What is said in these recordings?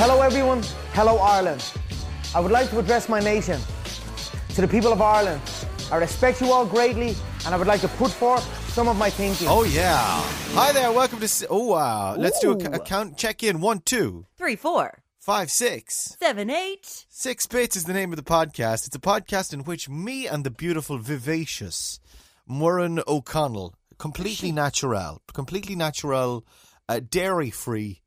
Hello, everyone. Hello, Ireland. I would like to address my nation. To the people of Ireland, I respect you all greatly, and I would like to put forth some of my thinking. Oh yeah! Hi there. Welcome to. s- Oh wow! Let's do a, c- a Ooh. count. Check in. One, two, Three, four, five, six. seven, eight. Six Bits is the name of the podcast. It's a podcast in which me and the beautiful, vivacious Murren O'Connell, completely natural, completely natural, uh, dairy free,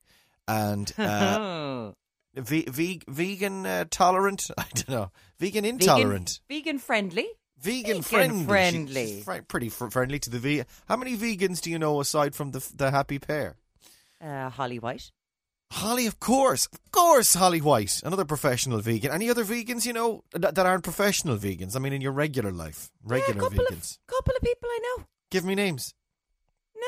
and uh, ve- ve- vegan uh, tolerant. I don't know, vegan intolerant, Vegan, vegan friendly. vegan, Vegan friendly, friendly. She's fri- pretty fr- friendly to the vegan. How many vegans do you know aside from the f- the happy pair? Uh, Holly White. Holly, of course, of course, Holly White, another professional vegan. Any other vegans you know that, that aren't professional vegans? I mean, in your regular life, yeah, regular a couple vegans. Of, couple of people I know. Give me names.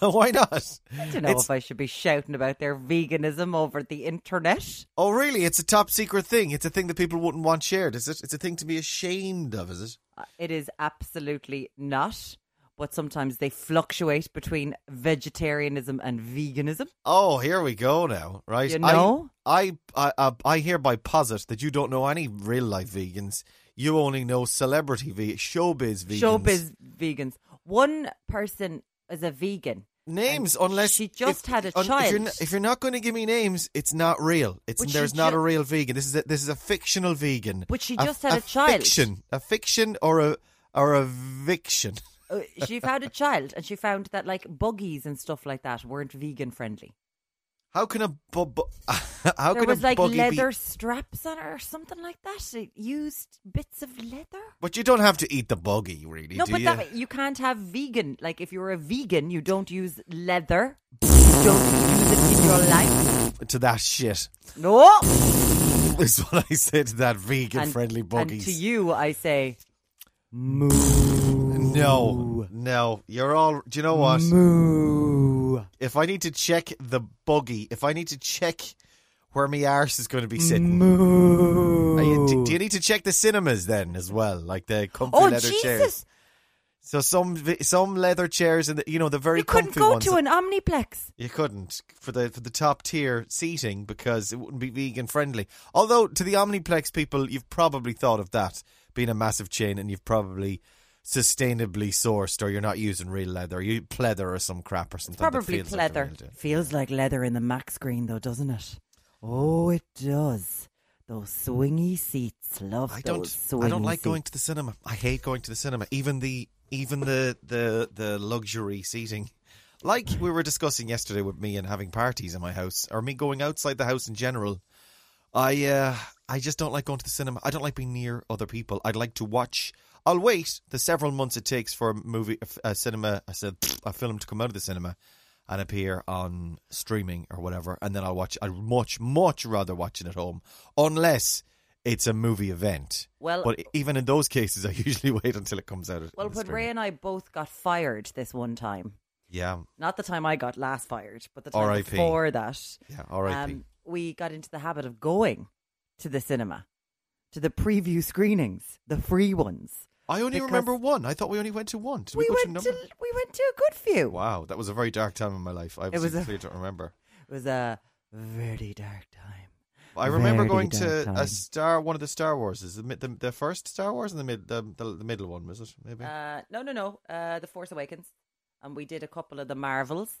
No. Why not? I don't know It's- if I should be shouting about their veganism over the internet. oh, really? It's a top secret thing. It's a thing that people wouldn't want shared. Is it? It's a thing to be ashamed of. Is it? Uh, It is absolutely not. But sometimes they fluctuate between vegetarianism and veganism. Oh, here we go now. Right? You know? I I, I, I hereby posit that you don't know any real life vegans. You only know celebrity ve- showbiz vegans. Showbiz vegans. One person is a vegan, names unless she just had a un- If you're, child. n- if you're not going to give me names, it's not real. It's But she there's not ju- a real vegan. This is a, this is a fictional vegan. But she A- just had a child. Fiction, a fiction or a or a fiction. Uh, she found a child and she found that like buggies and stuff like that weren't vegan friendly. How can a bu- bu- how there can was a like buggy leather Be- straps on her or something like that. It used bits of leather. but you don't have to eat the buggy, really. No, do but you? that, you can't have vegan. Like if you're a vegan, you don't use leather. You don't use it in your life. to that shit No. is what I said to that vegan And- friendly And buggies. to you, I say No, no, you're all. Do you know what? If I need to check the buggy, if I need to check where my arse is going to be sitting, Are you- do, do you need to check the cinemas then as well, like the comfy "Oh leather Jesus, chairs? So some vi- some leather chairs and the, you know the very you couldn't comfy go ones. to an omniplex." you couldn't for the for the top tier seating because it wouldn't be vegan friendly. Although to the Omniplex people, you've probably thought of that being a massive chain, and you've probably sustainably sourced, or you're not using real leather, you pleather or some crap or something. that Probably feels like the leather. real deal. Feels like leather in the Mac screen, though, doesn't it? Oh, it does. Those swingy seats, love I those don't. swingy I don't like seats. going to the cinema. I hate going to the cinema. Even the even the the the luxury seating. Like we were discussing yesterday with me and having parties in my house, or me going outside the house in general. I uh, I just don't like going to the cinema. I don't like being near other people. I'd like to watch. I'll wait the several months it takes for a movie, a f- a cinema, I said a film to come out of the cinema and appear on streaming or whatever, and then I'll watch. I'd much much rather watch it at home, unless it's a movie event. Well- but e, even in those cases, I usually wait until it comes out. Well, on when streaming. Ray and I both got fired this one time, yeah, not the time I got last fired, but the time R.I.P.. before that, yeah, R.I.P. um, we got into the habit of going to the cinema, to the preview screenings, the free ones. I only because- remember one. I thought we only went to one. Did we, go went to, a to number? we went to a good few. Wow, that was a very dark time in my life. I It was obviously a- clearly don't remember. It was a very dark time. I remember Very going dark to a time. star, one of the Star Wars. Is the mi- the, the first Star Wars and the mid the, the, the middle one was it? Maybe. Uh, no, no, no. Uh, the Force Awakens, and we did a couple of the Marvels.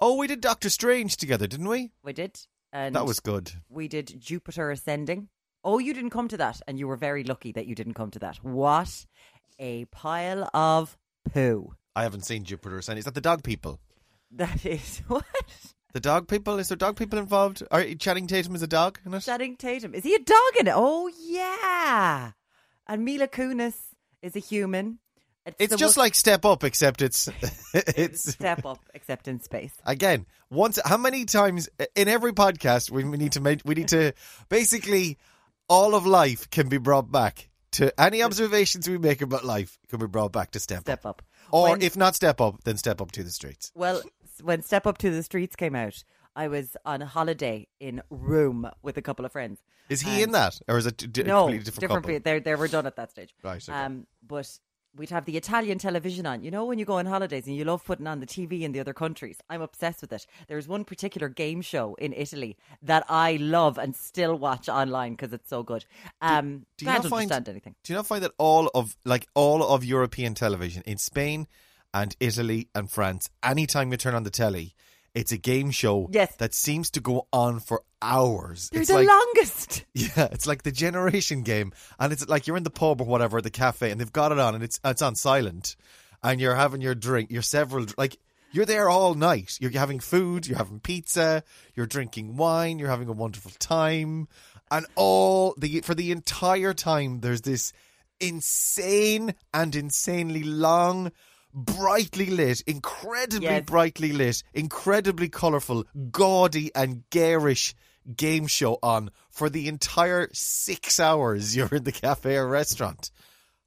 oh, we did Doctor Strange together, didn't we? We did, and that was good. we did Jupiter Ascending. Oh, you didn't come to that, and you were very lucky that you didn't come to that. What a pile of poo I haven't seen Jupiter Ascending. Is that the dog people? that is! What? The dog people? Is there dog people involved? Are Channing Tatum is a dog in it? Channing Tatum is he a dog in it? Oh yeah, and Mila Kunis is a human. it's the just one- like Step Up, except it's it's step up, except in space. again once how many times in every podcast we, we need to make we need to basically all of life can be brought back to any observations we make about life can be brought back to step, Step up, or When- if not step up then step up to the streets Well, s- when Step Up to the Streets came out, I was on holiday in Rome with a couple of friends. is he in that or is it d- d- no, completely different, couple? pe- They they were done at that stage. Right, okay. Um, but we'd have the Italian television on. You know, when you go on holidays and you love putting on the TV in the other countries, I'm obsessed with it. There's one particular game show in Italy that I love and still watch online because it's so good. Um, Do you I not don't find- understand anything. Do you not find that all of like all of European television in Spain and Italy and France, anytime you turn on the telly, it's a game show Yes. that seems to go on for hours. They're it's the like longest. yeah, it's like the generation game, and it's like you're in the pub or whatever, the cafe, and they've got it on, and it's it's on silent, and you're having your drink, your several like. You're there all night. You're having food, you're having pizza, you're drinking wine, you're having a wonderful time. And all the for the entire time there's this insane and insanely long, brightly lit, incredibly Yes. brightly lit, incredibly colourful, gaudy and garish game show on for the entire six hours you're in the cafe or restaurant.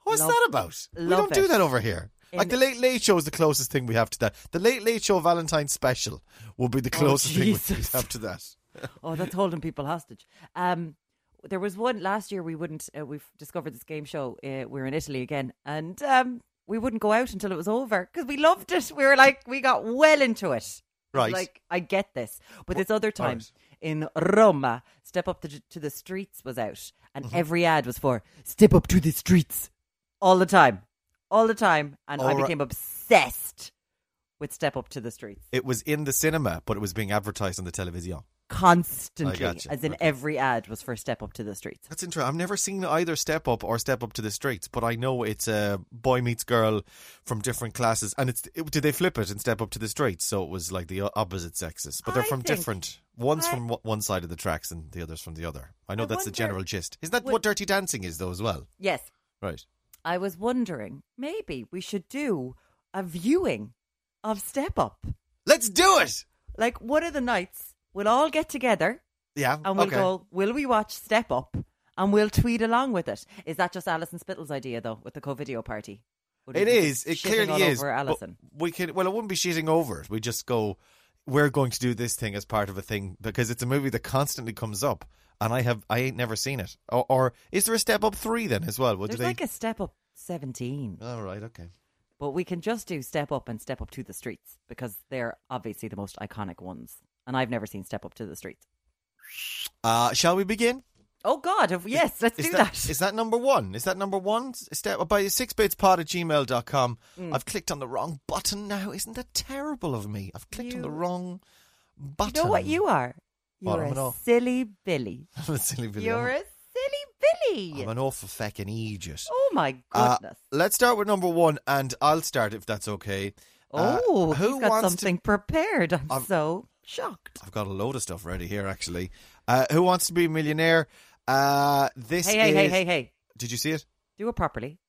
What's Love- that about? We love don't do it. that over here. like the Late Late Show is the closest thing we have to that. The Late Late Show Valentine's Special will be the closest thing we Oh, Jesus. have to that. Oh, that's holding people hostage. Um, there was one last year we wouldn't. Uh, we've discovered this game show. Uh, we were in Italy again, and um, we wouldn't go out until it was over because we loved it. We were like, we got well into it. Right. Like, I get this, but this other time right. in Roma, Step Up to, to the Streets was out, and Mm-hmm. every ad was for Step Up to the Streets all the time, all the time, and I All right. became obsessed with Step Up to the Streets. It was in the cinema, but it was being advertised on the television. Constantly, gotcha. as in Okay. every ad was for Step Up to the Streets. That's interesting. I've never seen either Step Up or Step Up to the Streets, but I know it's a boy meets girl from different classes. And it's it, did they flip it and Step Up to the Streets? So it was like the o- opposite sexes, but they're I from think- different. One's I- from w- one side of the tracks and the other's from the other. I know I that's the wonder- general gist. Isn't that would- what Dirty Dancing is though as well? Yes. Right. I was wondering, maybe we should do a viewing of Step Up. Let's do it. Like one of the nights, we'll all get together Yeah. and we'll okay. go, will we watch Step Up? And we'll tweet along with it. Is that just Alison Spittle's idea, though, with the co-video party? Would It we be is. It shitting clearly all is. Over but Alison. We could. Well, it wouldn't be shitting over it. We just go. We're going to do this thing as part of a thing because it's a movie that constantly comes up, and I have I ain't never seen it. Or, or is there a Step Up three then as well? What do There's they? like a Step Up 17, All right. Okay. but we can just do Step Up and Step Up to the Streets because they're obviously the most iconic ones. And I've never seen Step Up to the Streets. Uh, shall we begin? Oh, God. if- Yes, let's Is do that, is that number one? Is that number one? Step by sixbitspod at gmail.com. Mm. I've clicked on the wrong button now. Isn't that terrible of me? I've clicked on the You- wrong button. You know what you are? What, You're I'm an a aw- silly Billy. I'm a silly Billy. You're I'm, a silly Billy. I'm an awful feckin' idiot. oh my Uh, goodness. let's start with number one, and I'll start if that's okay. Uh, oh, who who he's got wants something prepared. I'm I've- so shocked. To, I've got a load of stuff ready here, actually. Uh, who wants to be a millionaire? Uh, this Hey, hey, hey, is- hey, hey. Did you see it? Do it properly.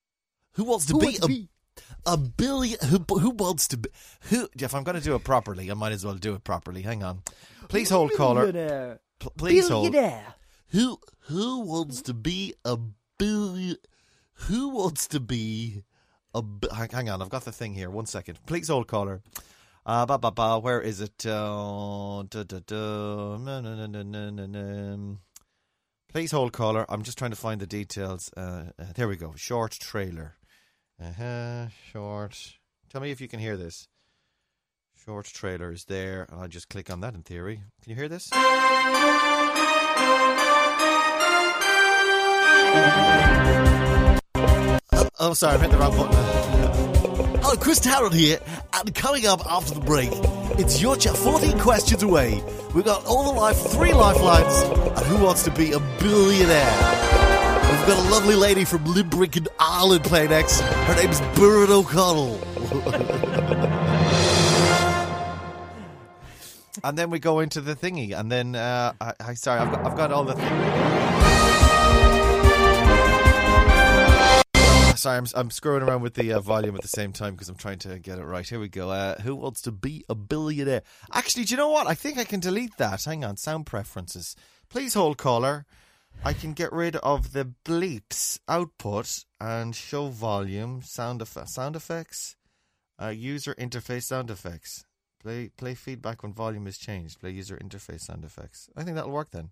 Who wants to be a a billion? Who who wants to be? Who? If I'm going to do it properly, I might as well do it properly. Hang on, please hold, caller. Billionaire. P- please hold. Billionaire. Who who wants to be a billion? Who wants to be? a b- hang hang on, I've got the thing here. One second, please hold caller. Uh, ba ba ba. Where is it? Uh, da, da, da. Na, na, na, na, na, na, na. Please hold caller. I'm just trying to find the details. Uh, uh, there we go. Short trailer. Uh huh. Short. Tell me if you can hear this. Short trailer is there, and I just click on that in theory. Can you hear this? Oh, sorry, I hit the wrong button. Oh, Chris Tarrant here, and coming up after the break, it's your chat. Fourteen questions away. We've got all the life, three lifelines, and who wants to be a billionaire? We've got a lovely lady from Limerick in Ireland playing next. Her name's Burren O'Connell. And then we go into the thingy, and then uh, I, I sorry, I've got, I've got all the. Uh, Sorry, I'm, I'm screwing around with the uh, volume at the same time because I'm trying to get it right. Here we go. Uh, who wants to be a billionaire? Actually, do you know what? I think I can delete that. Hang on, sound preferences. Please hold caller. I can get rid of the bleeps output and show volume sound eff- sound effects, uh, user interface sound effects. Play play feedback when volume is changed. Play user interface sound effects. I think that'll work then.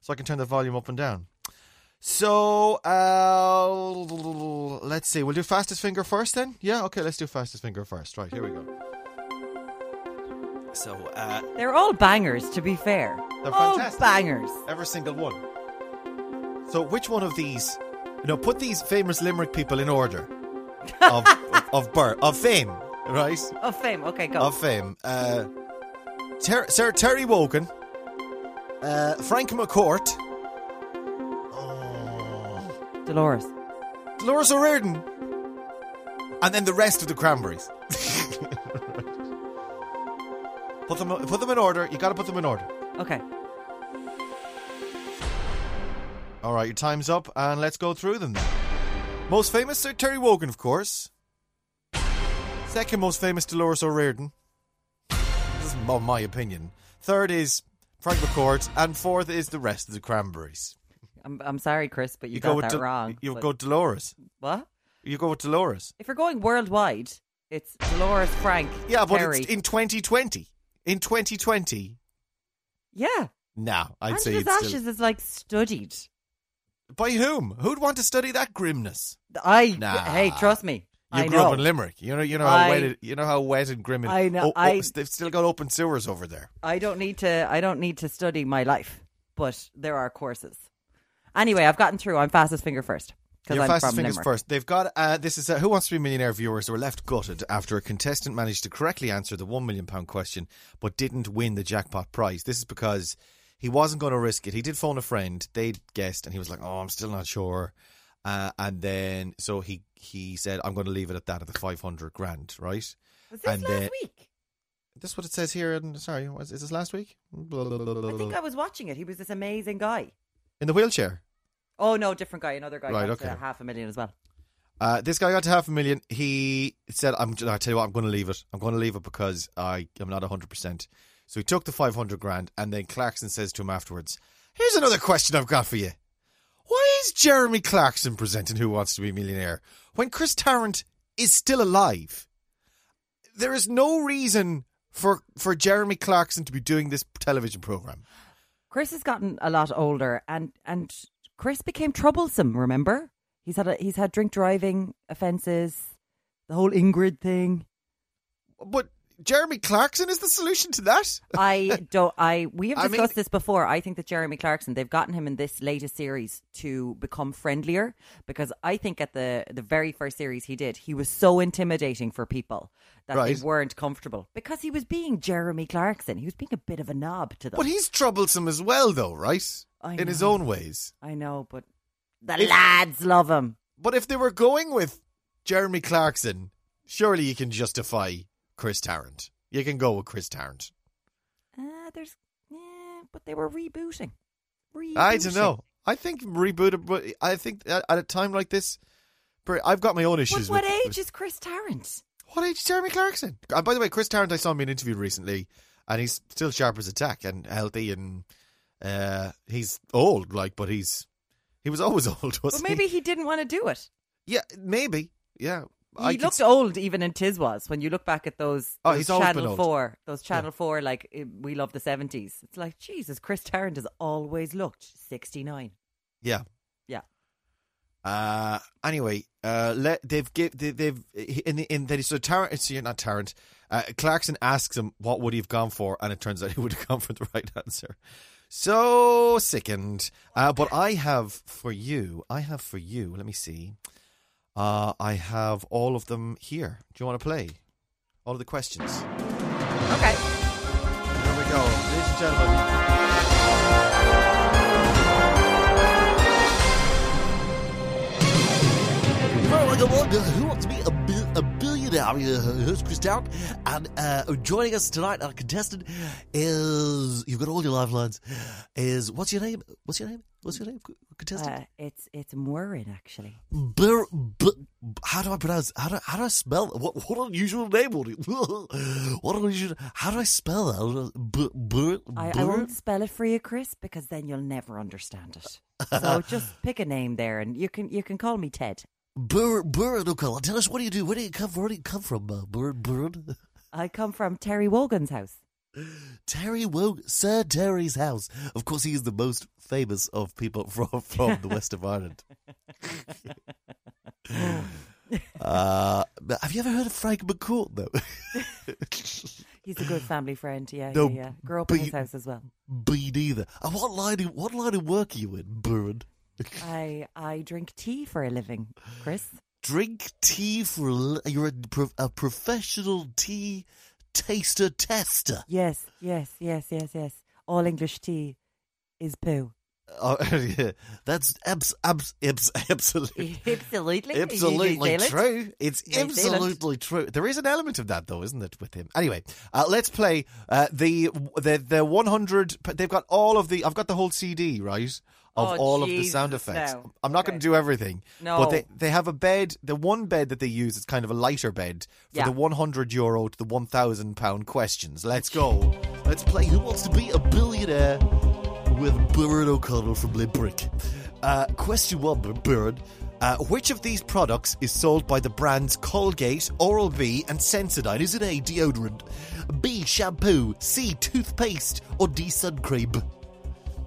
So I can turn the volume up and down. So uh, let's see. We'll do fastest finger first, then. Yeah, okay. Let's do fastest finger first. Right here we go. So uh, They're all bangers, to be fair. They're all fantastic. Oh, bangers. every single one. So which one of these? You know, put these famous Limerick people in order of of birth of fame, right? Of fame. Okay, go. Of fame. Uh, Ter- Sir Terry Wogan, uh, Frank McCourt, Dolores. Dolores O'Riordan, and then the rest of the Cranberries. put them put them in order. You got to put them in order. Okay. All right, your time's up, and let's go through them. Then. Most famous Sir Terry Wogan, of course. Second most famous Dolores O'Riordan. This is my, my opinion. Third is Frank McCourt, and fourth is the rest of the Cranberries. I'm, I'm sorry, Chris, but you, got that Dol- wrong. You but- go Dolores. What? You go with Dolores. If you're going worldwide, it's Dolores Frank. Yeah, but Terry. it's in 2020. In 2020, yeah. nah, I'd say it's Angela's Ashes still... is like studied. by whom? Who'd want to study that grimness? I Nah. hey, trust me. You I grew know. up in Limerick. You know, you know how I- wet, it, you know how wet and grim. It, I know, Oh, oh, I- they've still got open sewers over there. I don't need to. I don't need to study my life, but there are courses. Anyway, I've gotten through. I'm fastest finger first because Your I'm fastest from fingers Limerick. first. They've got uh, this is uh, Who Wants to Be a Millionaire viewers who were left gutted after a contestant managed to correctly answer the one million pound question but didn't win the jackpot prize. This is because he wasn't going to risk it. He did phone a friend. They guessed, and he was like, "Oh, I'm still not sure." Uh, and then so he he said, "I'm going to leave it at that at the five hundred grand." Right. Was this And, last uh, week? This is what it says here. And sorry, was, is this last week? Blah, blah, blah, blah, I think blah. I was watching it. He was this amazing guy. In the wheelchair. Oh no, different guy, another guy. Right, got to okay. half a million as well. Uh, this guy got to half a million. He said, "I'm. I tell you what, I'm going to leave it. I'm going to leave it because I am not 100." percent So he took the 500 grand, and then Clarkson says to him afterwards, "Here's another question I've got for you. Why is Jeremy Clarkson presenting Who Wants to Be a Millionaire when Chris Tarrant is still alive? There is no reason for for Jeremy Clarkson to be doing this television program. Chris has gotten a lot older, and and Chris became troublesome. Remember, he's had a, he's had drink driving offences, the whole Ingrid thing. But Jeremy Clarkson is the solution to that." I don't. I we have I mean- discussed this before. I think that Jeremy Clarkson they've gotten him in this latest series to become friendlier because I think at the the very first series he did he was so intimidating for people that Right. they weren't comfortable because he was being Jeremy Clarkson. He was being a bit of a knob to them. But he's troublesome as well, though, right? I In his know. own ways. I know, but the lads love him. But if they were going with Jeremy Clarkson, surely you can justify Chris Tarrant. You can go with Chris Tarrant. Uh, there's, yeah, but they were rebooting. rebooting. I don't know. I think rebooted, but I think at at a time like this, per- I've got my own But issues. what with, age is Chris Tarrant? what age is Jeremy Clarkson? And by the way, Chris Tarrant, I saw him in an interview recently, and he's still sharp as a tack and healthy, and uh, he's old, like, but he's he was always old, But wasn't maybe he didn't want to do it. he? Yeah, maybe. Yeah, He I could looked old even in Tiswas when you look back at those, Oh, those he's always been Channel old. 4, those Channel 4, like, eh, we love the 70s. It's like, Jesus, Chris Tarrant has always looked 69. Yeah. Yeah. Uh, anyway, uh, let, they've give they, they've in the, in the, so Tarrant so you're not Tarrant. Uh, Clarkson asks him what would he have gone for, and it turns out he would have gone for the right answer. So sickened. Uh, but I have for you. I have for you. Let me see. Uh, I have all of them here. Do you want to play? All of the questions. Okay. Here we go, ladies and gentlemen. Well, welcome on to Who Wants to Be a, Bil- a Billionaire? I'm your host, Chris Down, and uh, joining us tonight, our contestant is. You've got all your lifelines. Is. What's your name? What's your name? What's your name? co- Contestant? Uh, it's it's Morin, actually. Bir, bir, how do I pronounce? How do, how do I spell? What, what unusual name would it? What unusual? How do I spell that? Bir, bir, I, I won't spell it for you, Chris, because then you'll never understand it. So just pick a name there, and you can you can call me Ted. Bur, Burren O'Connell. Tell us, what do you do? Where do you come? Where do you come from, uh, Burren? Burren? I come from Terry Wogan's house. Terry Wogan, Sir Terry's house. Of course, he is the most famous of people from, from the west of Ireland. uh, but have you ever heard of Frank McCourt, though? He's a good family friend. Yeah, No, yeah, yeah. Grew up but in his you- house as well. Me neither. And what line, what line of work are you in, Burren? I I drink tea for a living, Chris. Drink tea for a li- you're a, pro- a professional tea taster tester. Yes, yes, yes, yes, yes. All English tea is poo. Oh, yeah. That's abs, abs, abs, absolutely, Absolutely, absolutely true. It's New Zealand. absolutely true. There is an element of that, though, isn't it, with him? Anyway, uh, let's play uh, the the the one hundred. They've got all of the. I've got the whole CD right of Oh, all of the Jesus, sound effects. no. I'm not going Okay. to do everything. No. but they they have a bed. The one bed that they use is kind of a lighter bed for Yeah. the one hundred euro to the one thousand pound questions. Let's go. Let's play. Who wants to be a billionaire? with Burren O'Connell from Limbrick. Uh, question one, Burren. Uh, which of these products is sold by the brands Colgate, Oral B, and Sensodyne? Is it A, deodorant, B, shampoo, C, toothpaste, or D, sun cream?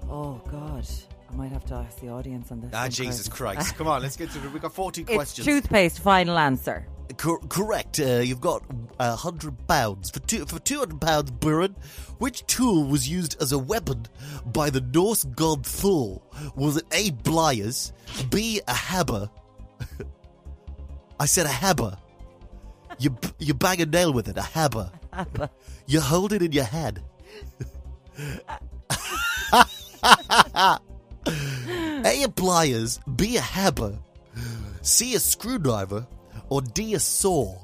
Oh God, I might have to ask the audience on this. Ah, one, Jesus Chris. Christ. Come on, let's get to it. We've got 14 It's questions. toothpaste. Final answer. Cor- correct. Uh, you've got uh, hundred pounds for two for two hundred pounds, Burren. Which tool was used as a weapon by the Norse god Thor? Was it A. Bliers, B. A hammer? I said a hammer. You b- you bang a nail with it. A hammer. You hold it in your hand. a. A pliers, B. A hammer. C a screwdriver or D a saw?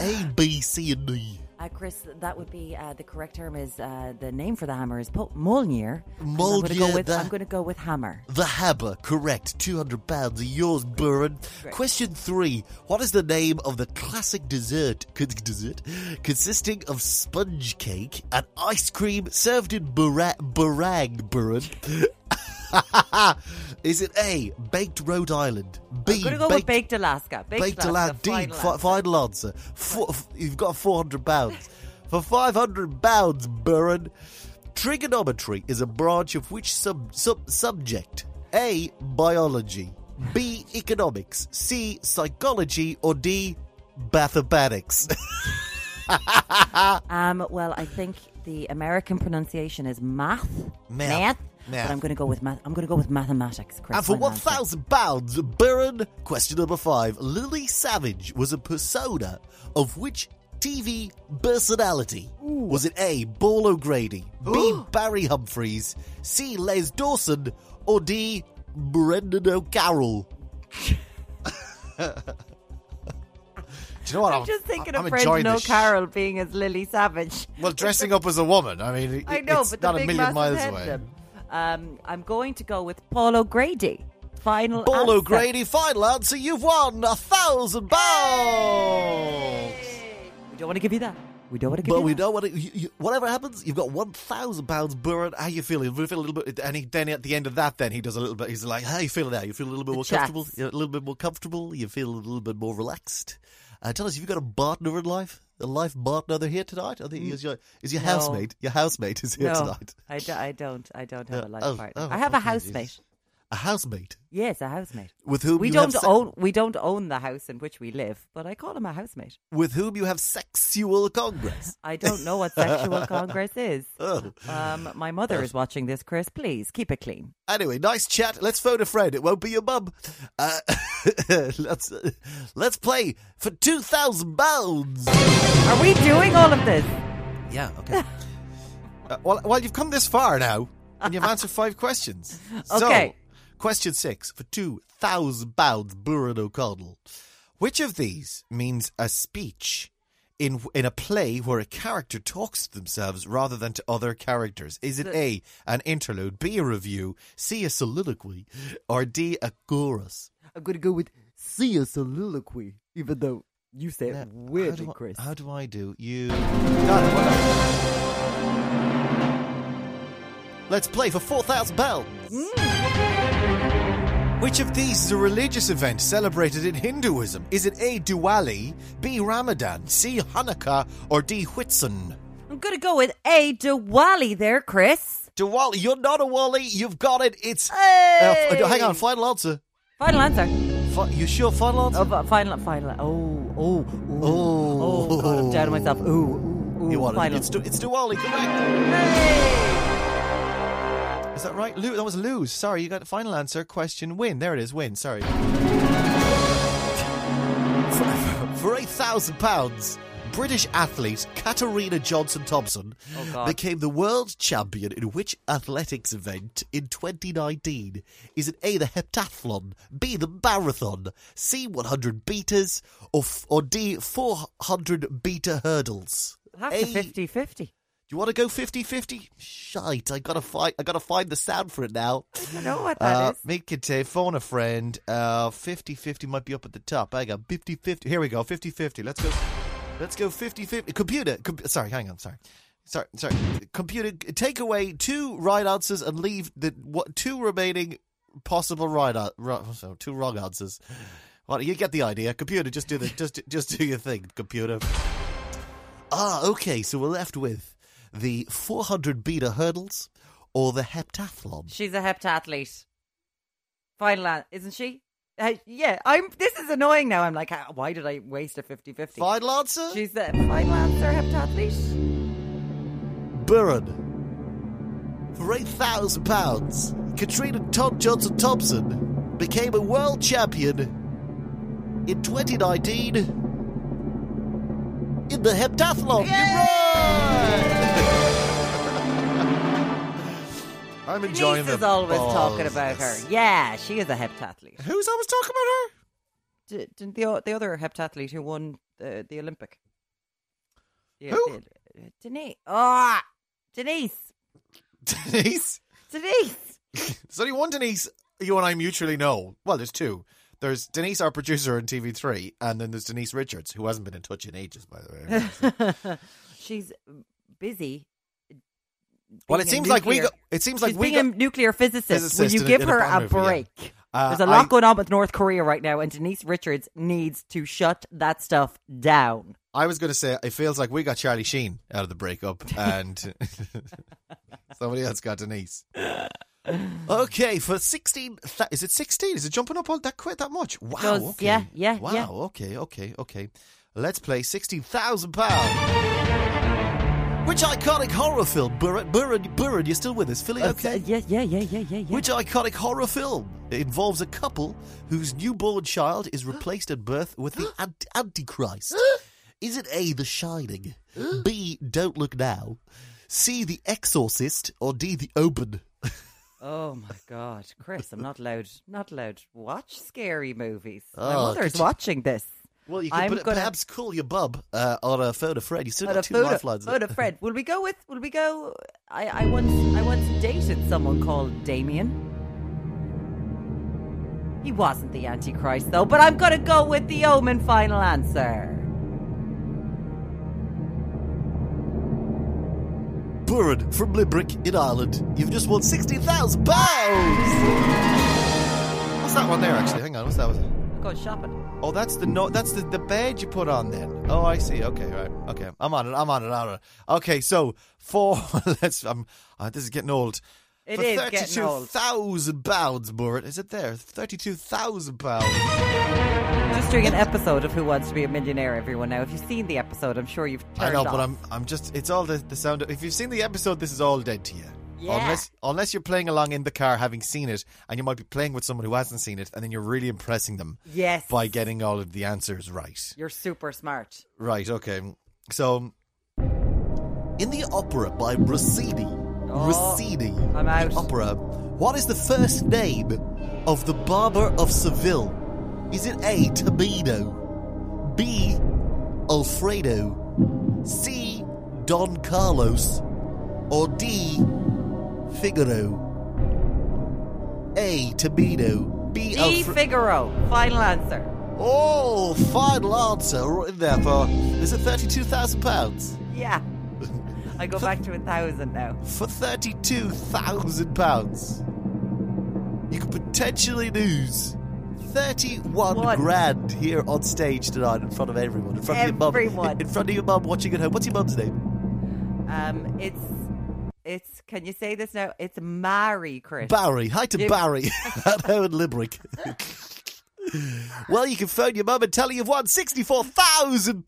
A, B, C, and D. Uh, Chris, that would be uh, the correct term. Is uh, the name for the hammer is po- Molnir. and I'm going to Molnir, go with. the- I'm going to go with hammer. The hammer, correct. Two hundred pounds are yours, Burren. Question three: What is the name of the classic dessert? con- Dessert consisting of sponge cake and ice cream served in bara- barang, Burren. is it A. Baked Rhode Island? B. I'm going to go with baked baked Alaska. Baked, Baked Alaska. Alaska, deep, final fi- answer. final answer. Four, f- you've got 400 pounds. For 500 pounds, Burren, trigonometry is a branch of which sub, sub subject? A. Biology. B. Economics. C. Psychology. Or D. Mathematics. Um, well, I think the American pronunciation is math. Math. Math. But I'm going to go with math. I'm going to go with mathematics, Chris. And for final answer. 1,000 pounds, Burren, question number five. Lily Savage was a persona of which TV personality? Was it A. Ball O'Grady, B. Barry Humphries, C. Les Dawson, or D. Brendan O'Carroll? Do you know what? I'm just thinking I'm of enjoying Brendan this sh- O'Carroll being as Lily Savage. Well, dressing up as a woman. I mean, it- I know, it's but the not big a million massive miles head away. then. Um, I'm going to go with Paul O'Grady. Final Ball answer. O'Grady, final answer. You've won a thousand pounds. We don't want to give you that. We don't want to give But you we that. know what. It, you, you, whatever happens, you've got one thousand pounds burn. How you feeling? We feel a little bit, and he, then at the end of that, then he does a little bit. He's like, "How you feeling now? You feel a little bit The more comfortable? chats. You're a little bit more comfortable. You feel a little bit more relaxed." Uh, tell us, have you got a partner in life? A life partner? They're here tonight. I think is your is your Mm. No. housemate. Your housemate is here no, tonight. I, do, I don't. I don't have a life oh, partner. oh, I have a okay, housemate. Jesus. A housemate Yes, a housemate. with whom We you don't have se- own. We don't own the house in which we live, but I call him a housemate. with whom you have sexual congress. I don't know what sexual congress is. Oh. Um, my mother is watching this, Chris. Please keep it clean. Anyway, nice chat. Let's phone a friend. It won't be your mum. Uh, let's uh, let's play for two thousand pounds. Are we doing all of this? Yeah. Okay. Uh, well, well, you've come this far now, and you've answered five questions. Okay. So, question six for two thousand pounds, Burren O'Connell. Which of these means a speech in in a play where a character talks to themselves rather than to other characters? Is it A an interlude, B a review, C a soliloquy, or D a chorus? I'm gonna go with see a soliloquy, even though you say it weirdly, how do Chris. I, how do I do you? let's play for four thousand pounds. Which of these is a religious event celebrated in Hinduism? Is it A. Diwali, B. Ramadan, C. Hanukkah, or D. Whitsun? I'm going to go with a Diwali there, Chris. Diwali, you're not a Wally. You've got it. It's. Hey! Oh, Uh, f- hang on, final answer. Final answer. Fi- you sure final answer? Oh, but final, final. Oh, oh, oh, Oh. oh. God, I'm down on myself. Ooh, ooh, ooh. you want it. final. It's, Du- it's Diwali, correct. Hey! Is that right? Lou, that was lose. Sorry, you got the final answer. Question win. There it is, win. Sorry. For- For eight thousand pounds, British athlete Katarina Johnson Thompson Oh, God. became the world champion in which athletics event in 2019? Is it A the heptathlon, B the marathon, C 100 meters, or f- or D 400 meter hurdles? That's A- a 50 50. do you want to go 50-50? Shite, I gotta find I gotta find the sound for it now. I don't know what Uh, that is. make it uh, phone a friend. Uh, 50-50 might be up at the top. I got 50-50. Here we go, 50-50. Let's go. Let's go 50-50. Computer, com- sorry, hang on, sorry. Sorry, sorry. Computer, take away two right answers and leave the what two remaining possible right answers. so two wrong answers. Well, you get the idea. Computer, just do the just just do your thing, computer. Ah, okay. So we're left with the 400 meter hurdles or the heptathlon. She's a heptathlete. Final answer, isn't she? Uh, yeah, I'm. This is annoying now. I'm like, "Ah, why did I waste a 50 50? Final answer? She's the final answer heptathlete. Burren. For £8,000, Katrina Todd Johnson Thompson became a world champion in 2019 in the heptathlon. You're right! I'm enjoying Denise is the always balls. talking about her. Yeah, she is a heptathlete. Who's always talking about her? D- Didn't the, o- the other heptathlete who won the, the Olympic? The- Who? the- Denise. Ah, Denise. Denise? Denise. There's only one Denise you and I mutually know. Well, there's two. There's Denise, our producer on TV3, and then there's Denise Richards, who hasn't been in touch in ages, by the way. She's busy. well, being it a seems like we nuclear- go, it seems like She's we being go, a nuclear physicist. Will physicist you in a- give in a her porn a movie, yeah. break? Uh, There's a lot I- going on with North Korea right now, and Denise Richards needs to shut that stuff down. I was going to say it feels like we got Charlie Sheen out of the breakup, and somebody else got Denise. Okay, for sixteen, th- is it sixteen? Is it jumping up all that quick that much? Wow. does, Oh, okay. yeah, yeah, Wow. yeah. Okay. Okay. Okay. Let's play sixteen thousand pound. Which iconic horror film? Burren, Burren, Burren, you're still with us, Philly? Okay. Uh, Yeah, yeah, yeah, yeah, yeah, yeah. Which iconic horror film involves a couple whose newborn child is replaced at birth with the ant- Antichrist? Is it A, The Shining, B, Don't Look Now, C, The Exorcist, or D, The Open? Oh my God, Chris! I'm not allowed. Not allowed. to Watch scary movies. My Oh, mother's could you- watching this. Well, you can I'm put it- gonna- perhaps call your bub uh, on a phone a friend. You still But got a two photo, lifelines. photo Fred. Will we go with? Will we go? I, I once, I once dated someone called Damien. He wasn't the Antichrist though, but I'm gonna go with the Omen final answer. Burren from Limerick in Ireland. You've just won £60,000! What's that one there, actually? Hang on, what's that one? I'm going shopping. Oh, that's the no. That's the, the badge you put on then. Oh, I see. Okay, right. Okay, I'm on it. I'm on it. I'm on it. Okay, so for let's. I'm. Uh, this is getting old. It for is getting thirty-two old. thousand pounds, Burrit. Is it there? Thirty-two thousand pounds. Just doing an episode of Who Wants to Be a Millionaire. Everyone now, if you've seen the episode, I'm sure you've. Turned I know, but off. I'm. I'm just. It's all the the sound. Of, if you've seen the episode, this is all dead to you. Yeah. Unless unless you're playing along in the car, having seen it, and you might be playing with someone who hasn't seen it, and then you're really impressing them Yes. by getting all of the answers right. You're super smart. Right, okay. So, in the opera by Rossini, Rossini, Oh, I'm out. the opera, what is the first name of the barber of Seville? Is it A. Tamino, B. Alfredo, C. Don Carlos, or D. Figaro? A. Tamino, B. D. Alfredo. Figaro. Final answer. Oh, final answer right in there for is it thirty-two thousand pounds? Yeah. I go back to a thousand now. For thirty-two thousand pounds, you could potentially lose thirty-one One. grand here on stage tonight in front of everyone, in front of your mum, Everyone. in front of your mum watching at home. What's your mum's name? Uh, Um, it's it's. Can you say this now? It's Mary, Chris. Barry. Hi to Jim- Barry at home in Limerick. well, you can phone your mum and tell her you've won £64,000.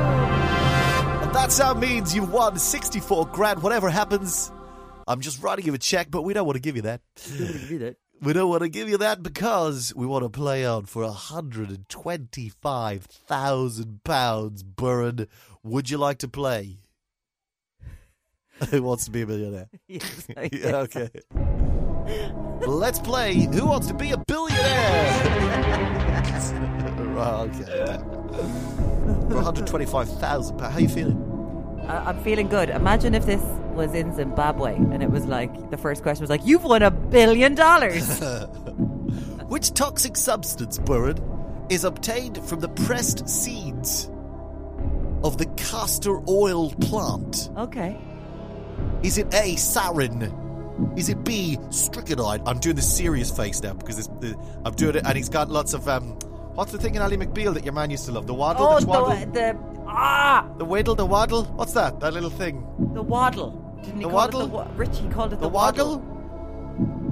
And that sound means you've won 64 grand, whatever happens. I'm just writing you a check, but we don't want to give you that. We don't want to give you that because we want to play on for £125,000, Burren. Would you like to play? Who wants to be a millionaire? Yes, Yeah, okay. Let's play Who Wants to Be a Billionaire? right, okay. For 125,000 pounds. How you feeling? I- I'm feeling good. Imagine if this was in Zimbabwe and it was like the first question was like, "You've won a billion dollars." Which toxic substance, Burren, is obtained from the pressed seeds of the castor oil plant? okay. Is it A, sarin? Is it B, strychnine? I'm doing the serious face now because it's, uh, I'm doing it and he's got lots of. um. What's the thing in Ally McBeal that your man used to love? The waddle, Oh, the twaddle? the, the ah, The waddle, the waddle. What's that? That little thing. the waddle. Didn't he The call it the waddle? wa- Rich? He called it the, The waddle,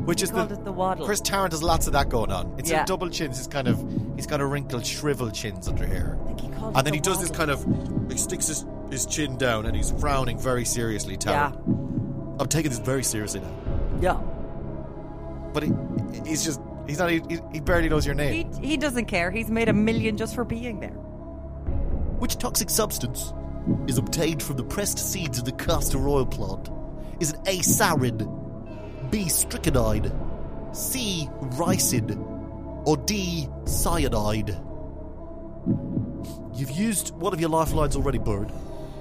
which is He called the it the waddle. Chris Tarrant has lots of that going on. It's Yeah. a double chins. He's kind of he's got a wrinkled, shriveled chins under here, think he called it and then the he does this kind of he sticks his, his chin down and he's frowning very seriously. Yeah, Tarrant, I'm taking this very seriously now, yeah. but he, he's just he's not he, he barely knows your name. He he doesn't care. He's made a million just for being there. Which toxic substance is obtained from the pressed seeds of the castor oil plant? Is it A. sarin, B. strychnine, C. ricin, or D. cyanide? You've used one of your lifelines already, Bird.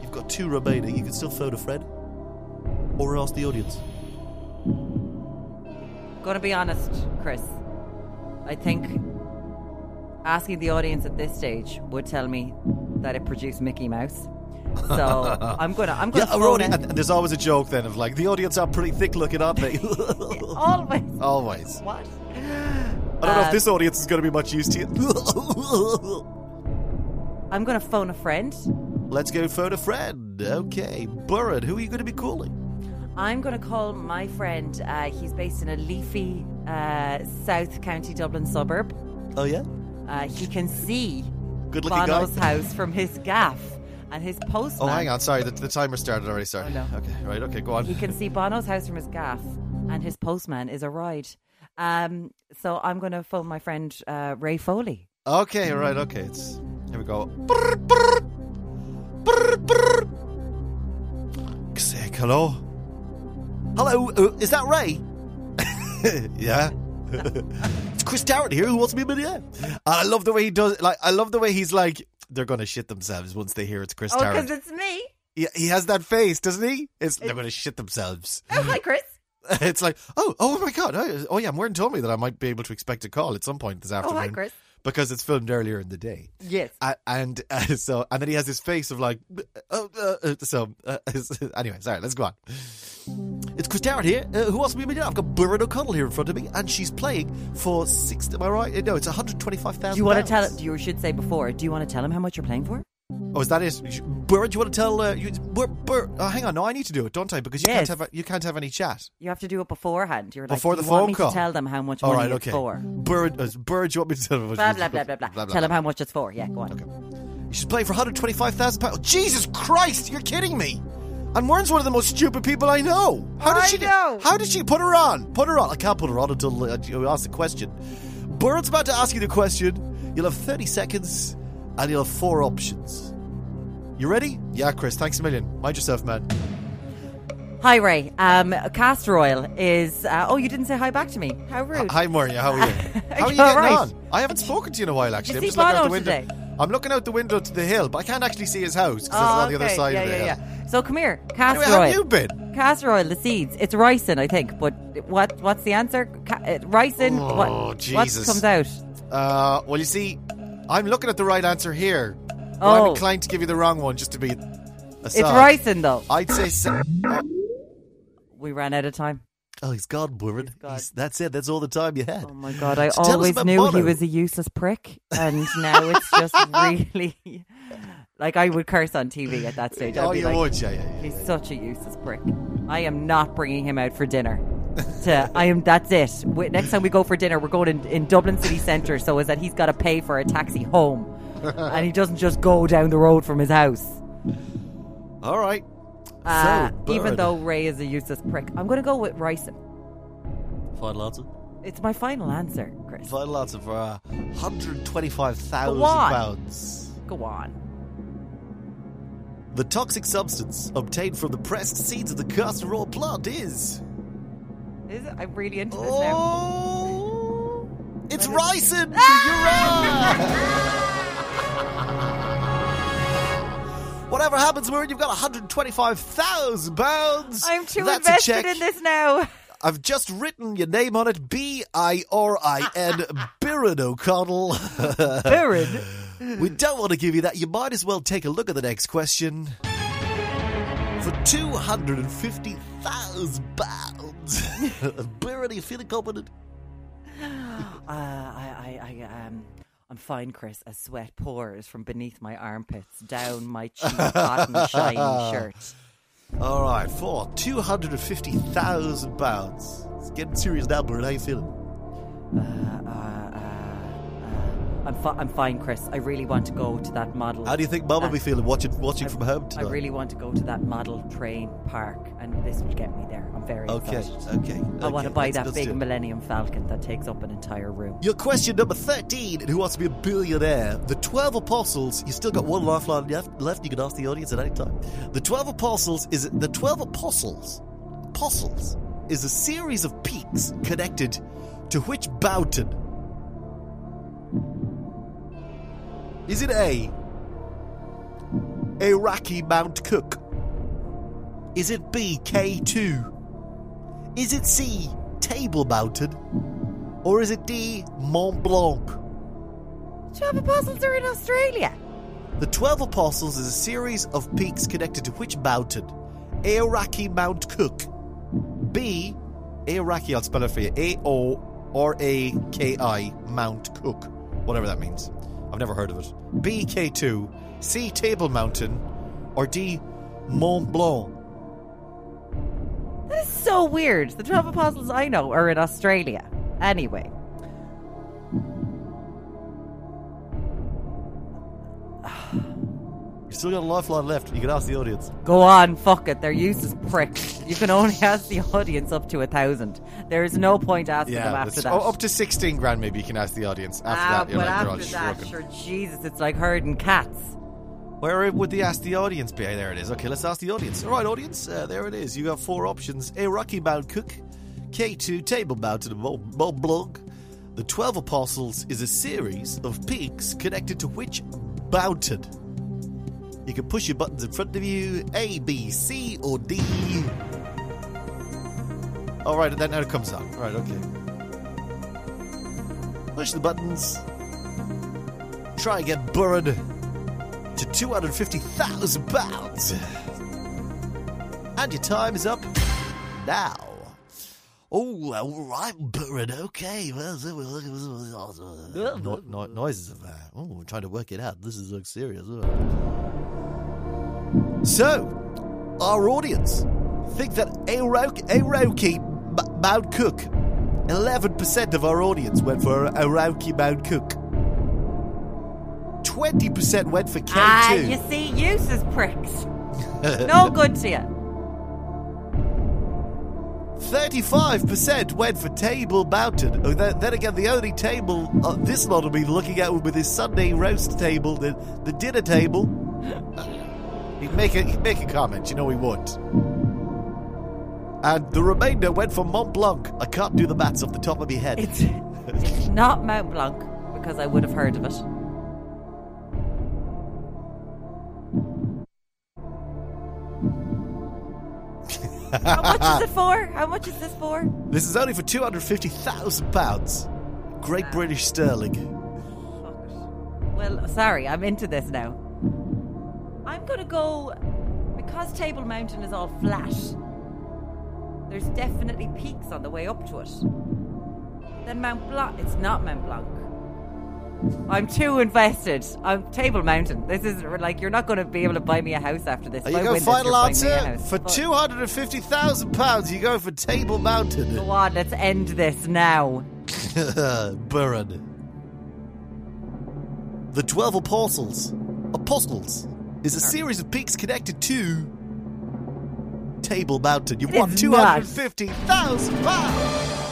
You've got two remaining. You can still phone a friend or ask the audience. Gonna be honest, Chris. I think asking the audience at this stage would tell me that it produced Mickey Mouse. So I'm gonna I'm gonna Yeah, phone our audience, in. and there's always a joke then of like, the audience are pretty thick looking, aren't they? always. always. What? I don't know if Uh, this audience is going to be much use to you. I'm gonna phone a friend. Let's go phone a friend. Okay, Burrard, who are you going to be calling? I'm gonna call my friend. Uh, he's based in a leafy uh, South County Dublin suburb. Oh yeah, Uh, he can see Good-looking guy. Bono's house from his gaff, and his Oh, postman. hang on. Sorry, the, the timer started already. Sorry. Oh, no. Okay, right. Okay, go on. He can see Bono's house from his gaff, and his postman is a ride. Um, so I'm going to phone my friend uh, Ray Foley. Okay, right. Okay, it's here we go. Sick, hello. Hello, uh, is that Ray? yeah. it's Chris Tarrant here. Who wants to be a millionaire? I love the way he does. Like, I love the way he's like. They're going to shit themselves once they hear it's Chris Oh, Tarrant. because it's me. He, he has that face, doesn't he? It's they're going to shit themselves. Oh, hi, Chris. It's like, oh, oh my god, oh, oh yeah, Martin told me that I might be able to expect a call at some point this Oh, afternoon. hi, Chris. Because it's filmed earlier in the day. Yes. A- and uh, so, and then he has this face of like, oh, uh, uh, so uh, anyway, sorry, let's go on. It's Chris Darrett here. Uh, who wants to be a millionaire? I've got Burren O'Connell here in front of me, and she's playing for six. Am I right? Uh, No, it's one hundred twenty-five thousand. Do you want to tell? You should say before. Do you want to tell him how much you're playing for? Oh, is that it? You- Burren, do you want to tell? Uh, you, Bur, Bur, oh, hang on, no, I need to do it, don't I? Because you Yes. can't have a, you can't have any chat. You have to do it beforehand. You're like, Before do the you want phone me call. To tell them how much All money right, it's okay. for. Bird, uh, Bird, do you want me to tell? Blah blah blah blah blah. Tell him how much it's for. Yeah, go on. She's playing for 125,000 pounds. Jesus Christ, you're kidding me. And Warren's one of the most stupid people I know. How did I she do- know. How did she put her on? Put her on. I can't put her on until uh, you ask the question. Warren's about to ask you the question. You'll have 30 seconds and you'll have four options. You ready? Yeah, Chris. Thanks a million. Mind yourself, man. Hi, Ray. Um, castor oil is. Uh, oh, you didn't say hi back to me. How rude. Hi, Maria. How are you? How are you You're getting right. on? I haven't spoken to you in a while, actually. you I'm see just looking out Bono the window. today? I'm looking out the window to the hill, but I can't actually see his house because it's Oh, on the other okay. side yeah, of the yeah, hill. yeah. So come here, castor Anyway, how oil. have you been? Castor oil, the seeds. It's ricin, I think. But what what's the answer? Ca- uh, ricin. Oh, what, Jesus. What comes out? Uh, well, you see, I'm looking at the right answer here. But I'm Oh. inclined to give you the wrong one just to be a It's sod. ricin, though. I'd say. sa- We ran out of time. Oh, he's gone, woman. He's gone. He's- that's it. That's all the time you had. Oh my god! I So tell us always about knew Bono. he was a useless prick, and now it's just really like I would curse on TV at that stage. I'd oh, be you like, would, yeah, yeah, yeah. He's such a useless prick. I am not bringing him out for dinner. To, I am. That's it. We, next time we go for dinner, we're going in, in Dublin city centre, so is that he's got to pay for a taxi home, and he doesn't just go down the road from his house. All right. Uh, So, even Byrne. though Ray is a useless prick, I'm going to go with Ryson. Final answer. It's my final answer, Chris. Final answer for uh, Go on. £125,000. Go on. The toxic substance obtained from the pressed seeds of the castor oil plant is. Is it? I'm really into this now. Oh, it's ricin. You're right. Whatever happens, Marin, you've got 125,000 pounds. I'm too That's a invested check. in this now. I've just written your name on it. B I R I N Birin O'Connell. Aaron. We don't want to give you that. You might as well take a look at the next question. For two hundred and fifty thousand pounds, Barry, you feeling competent? Uh, I, I, I, um, I'm fine, Chris, as sweat pours from beneath my armpits down my cheap, cotton, shiny shirt. All right, for two hundred and fifty thousand pounds. It's getting serious now, Barry. How you feeling? Uh, uh, uh, I'm, fi- I'm fine, Chris. I really want to go to that model. How do you think Mum will Uh, be feeling watching watching I- from home I tonight? really want to go to that model train park, and this will get me there. I'm very okay, excited. okay. I want to okay, buy let's- that let's big do it. Millennium Falcon that takes up an entire room. Your question number 13 and Who Wants to Be a Billionaire? The 12 Apostles. You still got one lifeline left. left. You can ask the audience at any time. The 12 Apostles is the 12 Apostles. Apostles is a series of peaks connected to which mountain? Is it A? Iraqi Mount Cook? Is it B? K2? Is it C? Table Mountain? Or is it D, Mont Blanc? Job apostles are in Australia. The Twelve Apostles is a series of peaks connected to which mountain? Aoraki Mount Cook. B, Aoraki, I'll spell it for you. A O R A K I Mount Cook. Whatever that means. I've never heard of it. B, K2. C, Table Mountain. Or D, Mont Blanc. That is so weird. The 12 apostles I know are in Australia. Anyway. You've still got a lifeline left. You can ask the audience. Go on, fuck it. They're useless pricks. You can only ask the audience up to a thousand. There is no point asking them after that's- that. oh, up to 16 grand maybe you can ask the audience. After Ah, that, you're but like, after you're all that, shrugging. sure, Jesus, it's like herding cats. Where would they ask the audience be? There it is. Okay, let's ask the audience. All right, audience, uh, there it is. You got four options: a Rocky Mount Cook, K2 Table Mountain, and Mont Mont Blanc. The Twelve Apostles is a series of peaks connected to which mountain? You can push your buttons in front of you: A, B, C, or D. All right, and then now it comes on. All right, okay. Push the buttons. Try and get buried to 250,000 pounds. And your time is up now. Oh, all right, Burren. Okay. Well, so we're looking no, no, noises of that. Oh, we're trying to work it out. This is looks serious. So, our audience think that Aroki, Aroki M- Mount Cook, 11% of our audience went for Aroki Mount Cook. 20% went for K2. Ah, you see, useless pricks. no good to you. 35% went for Table Mountain. Oh, then, then again, the only table uh, this lot will be looking at will be this Sunday roast table, the, the dinner table. he'd, make a, he'd make a comment, you know he would. And the remainder went for Mont Blanc. I can't do the maths off the top of my head. It's, it's not Mount Blanc because I would have heard of it. How much is it for? How much is this for? This is only for £250,000. Great British Sterling. Fuck it. Well, sorry, I'm into this now. I'm gonna go because Table Mountain is all flat. There's definitely peaks on the way up to it. Then Mount Blanc. It's not Mount Blanc. I'm too invested. I'm Table Mountain. This is like you're not going to be able to buy me a house after this. Are If you I win going this, final you're buying me a answer? house. For But- two hundred and fifty thousand pounds, you go for Table Mountain, Go on, let's end this now. Burren. The Twelve Apostles, Apostles, is a series of peaks connected to Table Mountain. You've It won is two not. hundred fifty thousand pounds.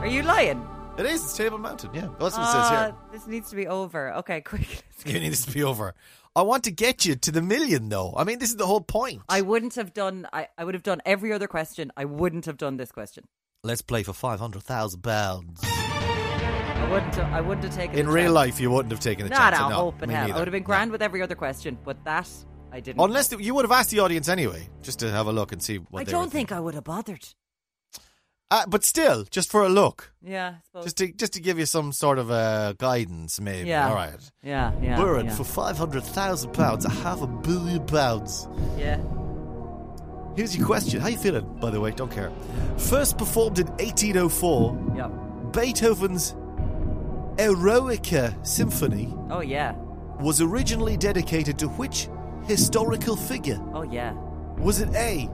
Are you lying? It is it's Table Mountain. Yeah, that's what it says Ah, here. this needs to be over. Okay, quick. You need this to be over. I want to get you to the million, though. I mean, this is the whole point. I wouldn't have done. I, I would have done every other question. I wouldn't have done this question. Let's play for five hundred thousand pounds. I wouldn't. Have, I wouldn't have taken. In the real chance. life, you wouldn't have taken a no, chance. no, No, open me hell. I neither. would have been grand with every other question, but that I didn't. Unless th- you would have asked the audience anyway, just to have a look and see what I they don't were think thinking. I would have bothered. Uh, but still, just for a look, Yeah, I suppose. just to just to give you some sort of uh, guidance, maybe. yeah. All right. Yeah, yeah. Burren yeah. for five hundred thousand pounds, a half a billion pounds. yeah. Here's your question. How you feeling, by the way? Don't care. First performed in 1804, Yep. Beethoven's Eroica Symphony Oh yeah. was originally dedicated to which historical figure? Oh yeah. Was it A.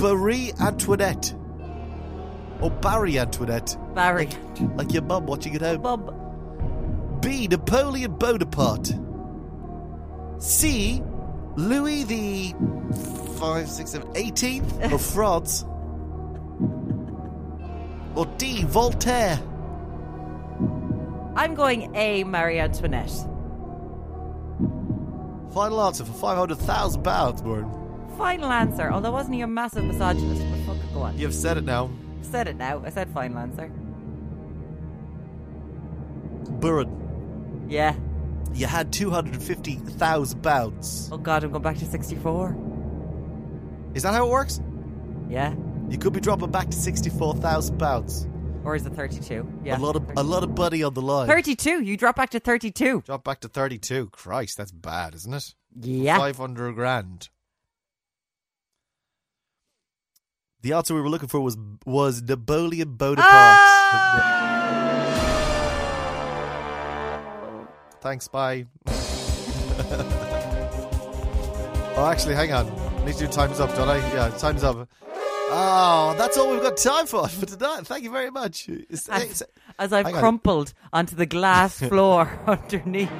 Marie Antoinette or Barry Antoinette, Barry. like your mum watching at home? Bob. B. Napoleon Bonaparte. C. Louis the five, six, seven, 18th of France. Or D. Voltaire. I'm going A. Marie Antoinette. Final answer for five hundred thousand pounds, Warren. Final answer. Although wasn't he a massive misogynist? But fuck, it, go on. You've said it now, I've said it now. I said final answer. Burren. Yeah. You had two hundred and fifty thousand pounds. Oh God, I'm going back to 64. Is that how it works? Yeah. You could be dropping back to sixty-four thousand pounds. Or is it 32? Yeah. A lot of a lot of money on the line. 32. You drop back to 32. Drop back to 32. Christ, that's bad, isn't it? Yeah. 500 grand. The answer we were looking for was was Napoleon Bonaparte. Ah! Thanks, bye. oh, actually, hang on. I need to do time's up, don't I? Yeah, time's up. Oh, that's all we've got time for for tonight. Thank you very much. It's- it's- As, as I've Hang on. crumpled onto the glass floor underneath,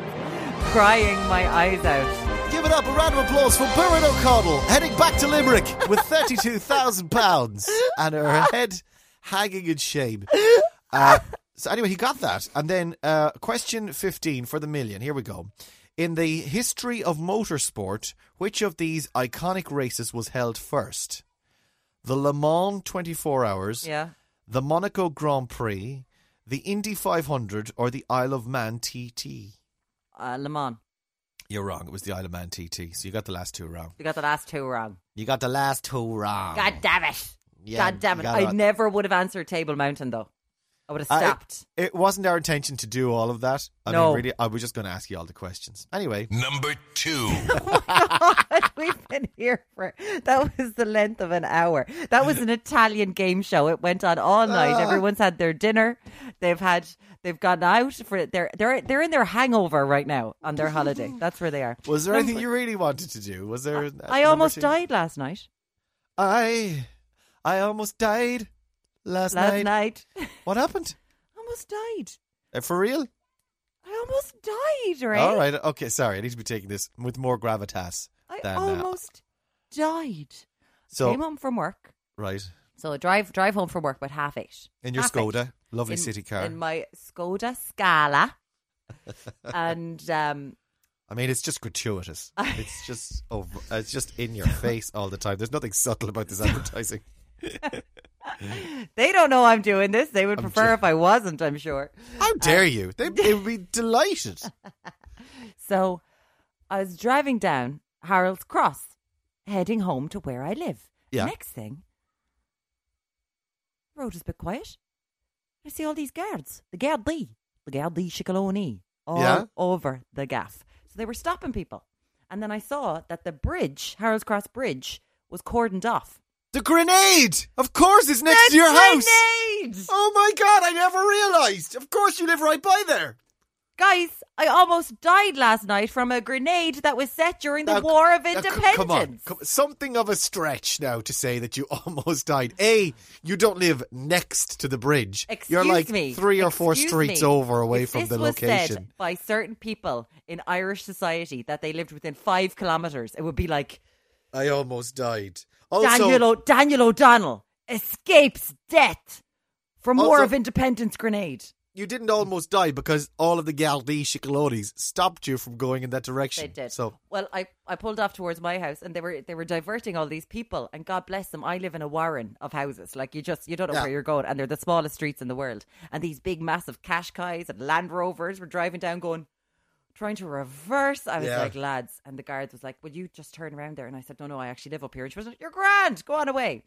crying my eyes out. give it up a round of applause for Burren O'Connell heading back to Limerick with thirty-two thousand pounds and her head hanging in shame. Uh, so anyway, he got that. And then uh, question 15 for the million. Here we go. In the history of motorsport, which of these iconic races was held first? The Le Mans 24 Hours, Yeah. the Monaco Grand Prix, the Indy 500, or the Isle of Man TT? Uh, Le Mans. You're wrong. It was the Isle of Man TT. So you got the last two wrong. We got the last two wrong. You got the last two wrong. God damn it. Yeah, God damn it. you got I that. never would have answered Table Mountain, though. I would have I- stopped. Uh, It wasn't our intention to do all of that. I No. mean, really, I was just going to ask you all the questions. Anyway, Number two. We've been here for that was the length of an hour. That was an Italian game show. It went on all night. Oh. Everyone's had their dinner. They've had they've gone out for they're they're they're in their hangover right now on their holiday. That's where they are. was there anything you really wanted to do? Was there? I almost died last night. I, I almost died last, Last night. night. What happened? almost died. Uh, For real? I almost died, right? All right. Okay. Sorry. I need to be taking this with more gravitas. I than, uh, almost died. so Came home from work. right So I drive drive home from work about half eight. in your Half eight. Skoda, lovely in, city car. in my Skoda Scala, and um, I mean, it's just gratuitous. It's just over, uh, it's just in your face all the time. There's nothing subtle about this advertising. they don't know I'm doing this. They would I'm prefer ju- if I wasn't. I'm sure. How dare you? They, they would be delighted. So I was driving down Harold's Cross, heading home to where I live. Yeah. Next thing, road is a bit quiet. I see all these guards, the Gardaí, the Gardaí Ciccoloni, all Yeah. over the gaff. So they were stopping people. And then I saw that the bridge, Harold's Cross Bridge, was cordoned off. The grenade! Of course, it's next The to your house! grenade! Oh my god, I never realised! Of course, you live right by there! Guys, I almost died last night from a grenade that was set during Now, the War of now, c- Independence. Come on, come- something of a stretch now to say that you almost died. A, you don't live next to the bridge. You're Excuse like me. three or four Excuse streets me. over away If from this the was location. Said by certain people in Irish society that they lived within five kilometres, it would be like I almost died. Also, Daniel, o- Daniel O'Donnell escapes death from War Also- of Independence grenade. you didn't almost die because all of the Galdee Shikalonis stopped you from going in that direction. They did. So well, I, I pulled off towards my house, and they were they were diverting all these people. And God bless them, I live in a warren of houses. Like you just you don't know Yeah. where you're going, and they're the smallest streets in the world. And these big, massive Qashqais and Land Rovers were driving down, going trying to reverse. I was Yeah. like, lads, and the guards was like, "Will you just turn around there?" And I said, "No, no, I actually live up here." And she was like, "You're grand. Go on away."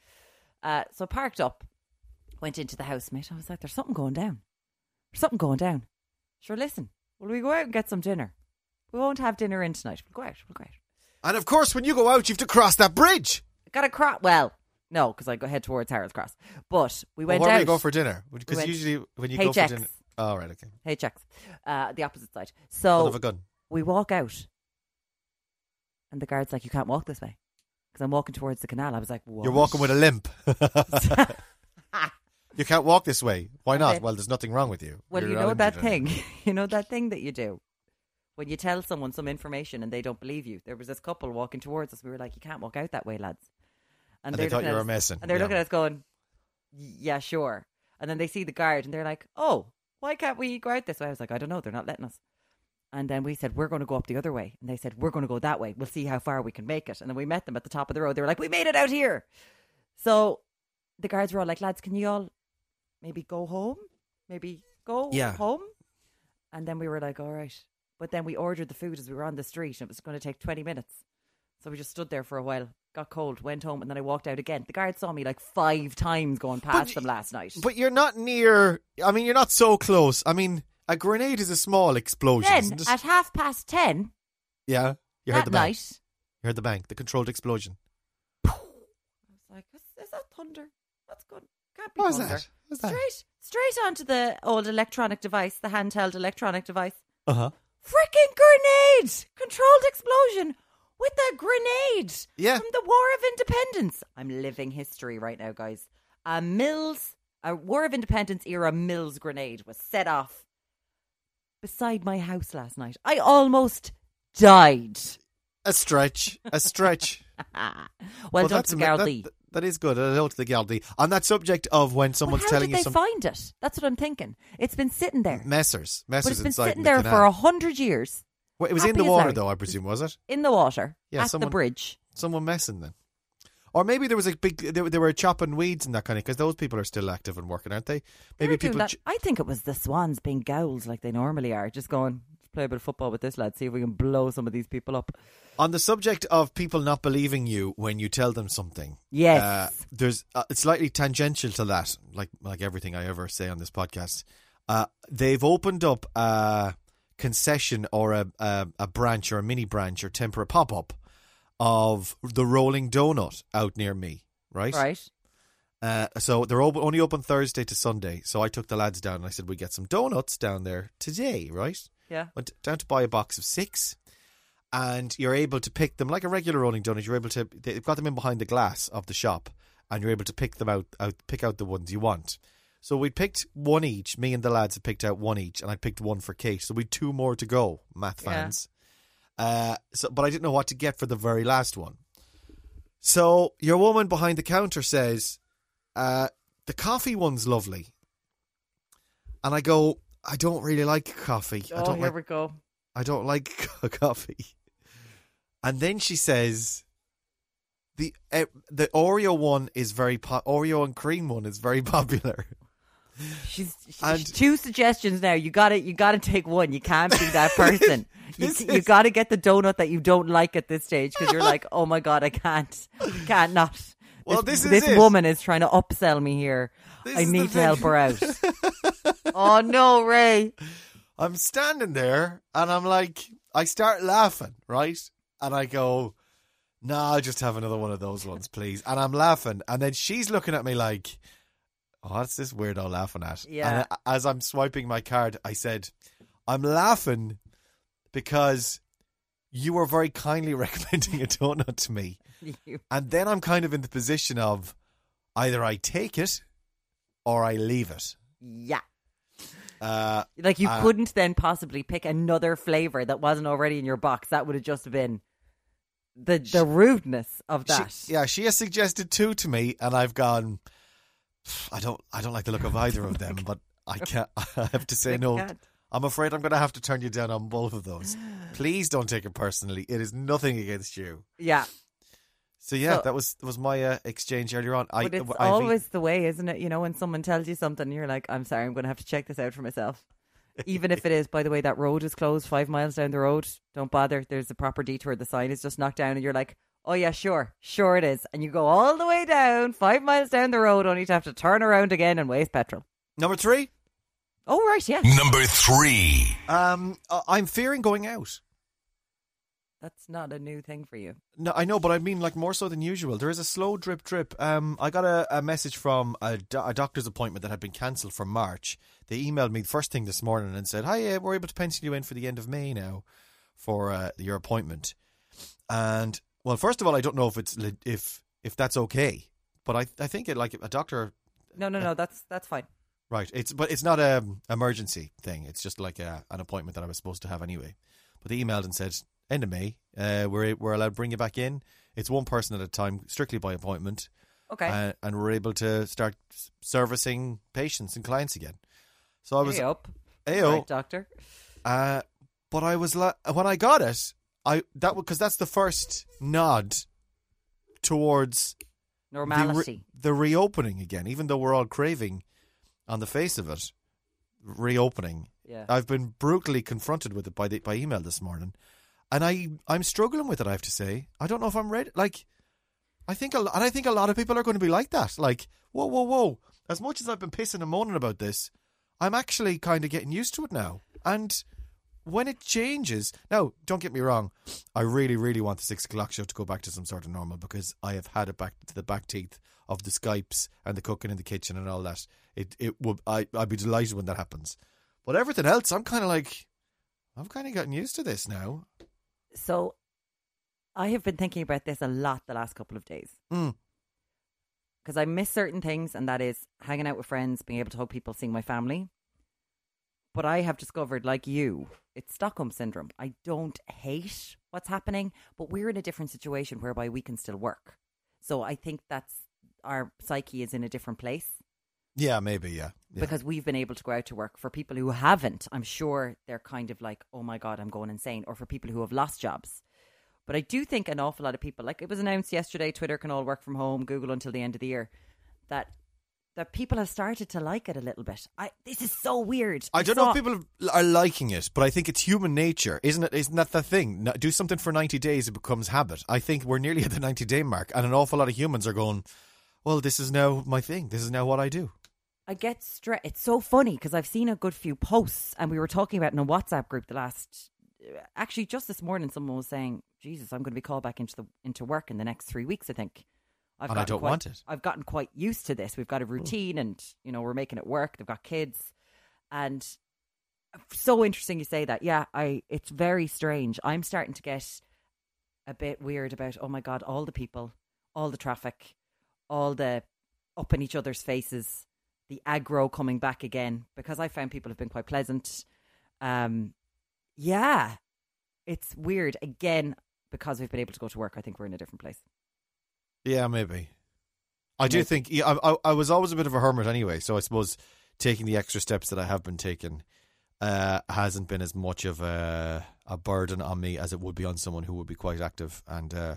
Uh, so parked up, went into the house, mate. I was like, "There's something going down. There's something going down." Sure, listen. Will we go out and get some dinner? We won't have dinner in tonight. We'll go out. We'll go out. And of course, when you go out, you have to cross that bridge. Got a cross. Well, no, because I go head towards Harold's Cross. But we went Well, where out. do you go for dinner? Because went- usually when you go HX. for dinner. Oh, right, okay. Hey, checks. Uh, the opposite side. Son So of a gun. we walk out, and the guard's like, "You can't walk this way," because I'm walking towards the canal. I was like, what? You're walking with a limp. you can't walk this way. Why not? Okay. Well, there's nothing wrong with you. Well, You're you not know that injured or anything. thing. you know that thing that you do when you tell someone some information and they don't believe you. There was this couple walking towards us. We were like, "You can't walk out that way, lads." And they're they thought looking you at were us- messing, And they're yeah. looking at us going, "Yeah, sure." And then they see the guard and they're like, "Oh, why can't we go out this way?" I was like, "I don't know. They're not letting us." And then we said, "We're going to go up the other way." And they said, "We're going to go that way. We'll see how far we can make it." And then we met them at the top of the road. They were like, "We made it out here." So the guards were all like, "Lads, can you all maybe go home? Maybe go Yeah. home?" And then we were like, "All right." But then we ordered the food as we were on the street. and It was going to take twenty minutes, so we just stood there for a while. Got cold, went home, and then I walked out again. The guards saw me like five times going past y- them last night. But you're not near. I mean, you're not so close. I mean, a grenade is a small explosion. then isn't it? at half past ten yeah, you heard that the bang. night, You heard the bang. The controlled explosion. I was like, is, is that thunder? That's good. Can't be What was thunder. that? What was that? Straight, straight onto the old electronic device, the handheld electronic device. Uh huh. Freaking grenade! Controlled explosion with a grenade Yeah. from the War of Independence. I'm living history right now, guys. A Mills, a War of Independence era Mills grenade was set off beside my house last night. I almost died. A stretch. A stretch. well, Well, done that's to ama- that- Gardaí. that- that is good. Hello to the Galdee. On that subject of when But someone's how telling you did they some Mm, find it? That's what I'm thinking. It's been sitting there, messers, but messers it's been inside sitting the there canal. for a hundred years Well, it was in happy the as water, Larry. though. I presume was it? in the water Yeah, at someone- the bridge. Someone messing then, or maybe there was a big. They, were- they were chopping weeds and that kind of because those people are still active and working, aren't they? They Maybe were doing people. that. ch- I think it was the Swans being goals like they normally are, just going "Let's play a bit of football with this lad, see if we can blow some of these people Uh, up. On the subject of people not believing you when you tell them something, Yes. uh, there's uh, it's slightly tangential to that, like like everything I ever say on this podcast. Uh, they've opened up a concession or a, a a branch or a mini branch or temporary pop up of the Rolling Donut out near me, right? Right? Uh, so they're op- only open Thursday to Sunday. So I took the lads down and I said we get some donuts down there today, right? Yeah. went down to buy a box of six, and you're able to pick them like a regular rolling donut. You're able to they've got them in behind the glass of the shop, and you're able to pick them out, out pick out the ones you want. So we picked one each. Me and the lads had picked out one each, and I picked one for Kate. So we had two more to go, math Yeah. fans. Uh, so, but I didn't know what to get for the very last one. So your woman behind the counter says, uh, "The coffee one's lovely," and I go, "I don't really like coffee. I Oh, don't here like we go. I don't like coffee. And then she says, the eh, the Oreo one is very po- Oreo and cream one is very popular. She's, she's And- two suggestions now. You got to You got to take one. You can't be that person. you This you is- got to get the donut that you don't like at this stage because you're like, oh my god, I can't, I can't not. Well, this is it. woman is trying to upsell me here. This I is the need to thing. help her out. oh no, Ray! I'm standing there and I'm like, I start laughing, right? And I go, no, I'll just have another one of those ones, please. And I'm laughing. And then she's looking at me like, oh, what's this weirdo laughing at? Yeah. And a- as I'm swiping my card, I said, I'm laughing because you were very kindly recommending a donut to me. You- And then I'm kind of in the position of either I take it or I leave it. yeah. Uh, Like you Uh, couldn't then possibly pick another flavor that wasn't already in your box. That would have just been the the rudeness of she- that. yeah, she has suggested two to me, and I've gone. I don't. I don't like the look of either of them, but I can't. I have to say no. can't. I'm afraid I'm going to have to turn you down on both of those. Please don't take it personally. It is nothing against you. Yeah. So yeah, So- that was that was my uh, exchange earlier on. I, but it's I've eat- always the way, isn't it? You know, when someone tells you something, you're like, "I'm sorry, I'm going to have to check this out for myself." Even if it is, by the way, that road is closed five miles down the road. Don't bother. There's a proper detour. The sign is just knocked down, and you're like, "Oh yeah, sure, sure it is." And you go all the way down five miles down the road, only to have to turn around again and waste petrol. number three. Oh right, yeah, Number three. Um, I- I'm fearing going out. that's not a new thing for you. No, I know, but I mean, like more so than usual. There is a slow drip, drip. Um, I got a, a message from a, do- a doctor's appointment that had been cancelled for March. They emailed me the first thing this morning and said, "Hi, uh, we're able to pencil you in for the end of May now for uh, your appointment." And well, first of all, I don't know if it's le- if if that's okay, but I I think it like a doctor No, no, no, that's that's fine. Right. It's but it's not a emergency thing. It's just like a, an appointment that I was supposed to have anyway. But they emailed and said end of May, uh, we're we're allowed to bring you back in. It's one person at a time, strictly by appointment, Okay, uh, and we're able to start s- servicing patients and clients again. So I was, oh. Hey up, Ayo. Right, doctor. uh, but I was la- when I got it, I that because that's the first nod towards the re- Normality. the reopening again, even though we're all craving on the face of it, reopening. Yeah. I've been brutally confronted with it by the, by email this morning, and I I'm struggling with it. I have to say, I don't know if I'm ready. Like, I think a, lo- and I think a lot of people are going to be like that. Like, whoa, whoa, whoa! As much as I've been pissing and moaning about this, I'm actually kind of getting used to it now. And when it changes, now don't get me wrong, I really, really want the six o'clock show to go back to some sort of normal because I have had it back to the back teeth of the skypes and the cooking in the kitchen and all that. It it would I I'd be delighted when that happens. But everything else, I'm kind of like, I've kind of gotten used to this now. So I have been thinking about this a lot the last couple of days. Mm. Because I miss certain things, and that is hanging out with friends, being able to hug people, seeing my family. But I have discovered, like you, it's Stockholm syndrome. I don't hate what's happening, but we're in a different situation whereby we can still work. So I think that's our psyche is in a different place Yeah, maybe. Yeah, yeah. because we've been able to go out to work. For people who haven't, I'm sure they're kind of like, oh my God, I'm going insane. Or for people who have lost jobs. But I do think an awful lot of people, like it was announced yesterday, Twitter can all work from home, Google until the end of the year, that that people have started to like it a little bit. I this is so weird. I don't know saw- if people are liking it, but I think it's human nature, isn't it? Isn't that the thing? No- Do something for ninety days, it becomes habit. I think we're nearly at the ninety-day mark, and an awful lot of humans are going. Well, this is now my thing. This is now what I do. I get stressed. It's so funny because I've seen a good few posts, and we were talking about in a WhatsApp group the last. uh, Actually, just this morning, someone was saying, "Jesus, I'm going to be called back into the into work in the next three weeks." I think. I've And I gotten don't quite- want it. I've gotten quite used to this. We've got a routine, and you know we're making it work. They've got kids, and so interesting you say that. Yeah, I. It's very strange. I'm starting to get a bit weird about oh my god all the people all the traffic all the up in each other's faces the aggro coming back again because i found people have been quite pleasant um yeah it's weird again because we've been able to go to work i think we're in a different place Yeah, maybe. I do think yeah, I, I, I was always a bit of a hermit anyway, so I suppose taking the extra steps that I have been taking uh, hasn't been as much of a a burden on me as it would be on someone who would be quite active and uh,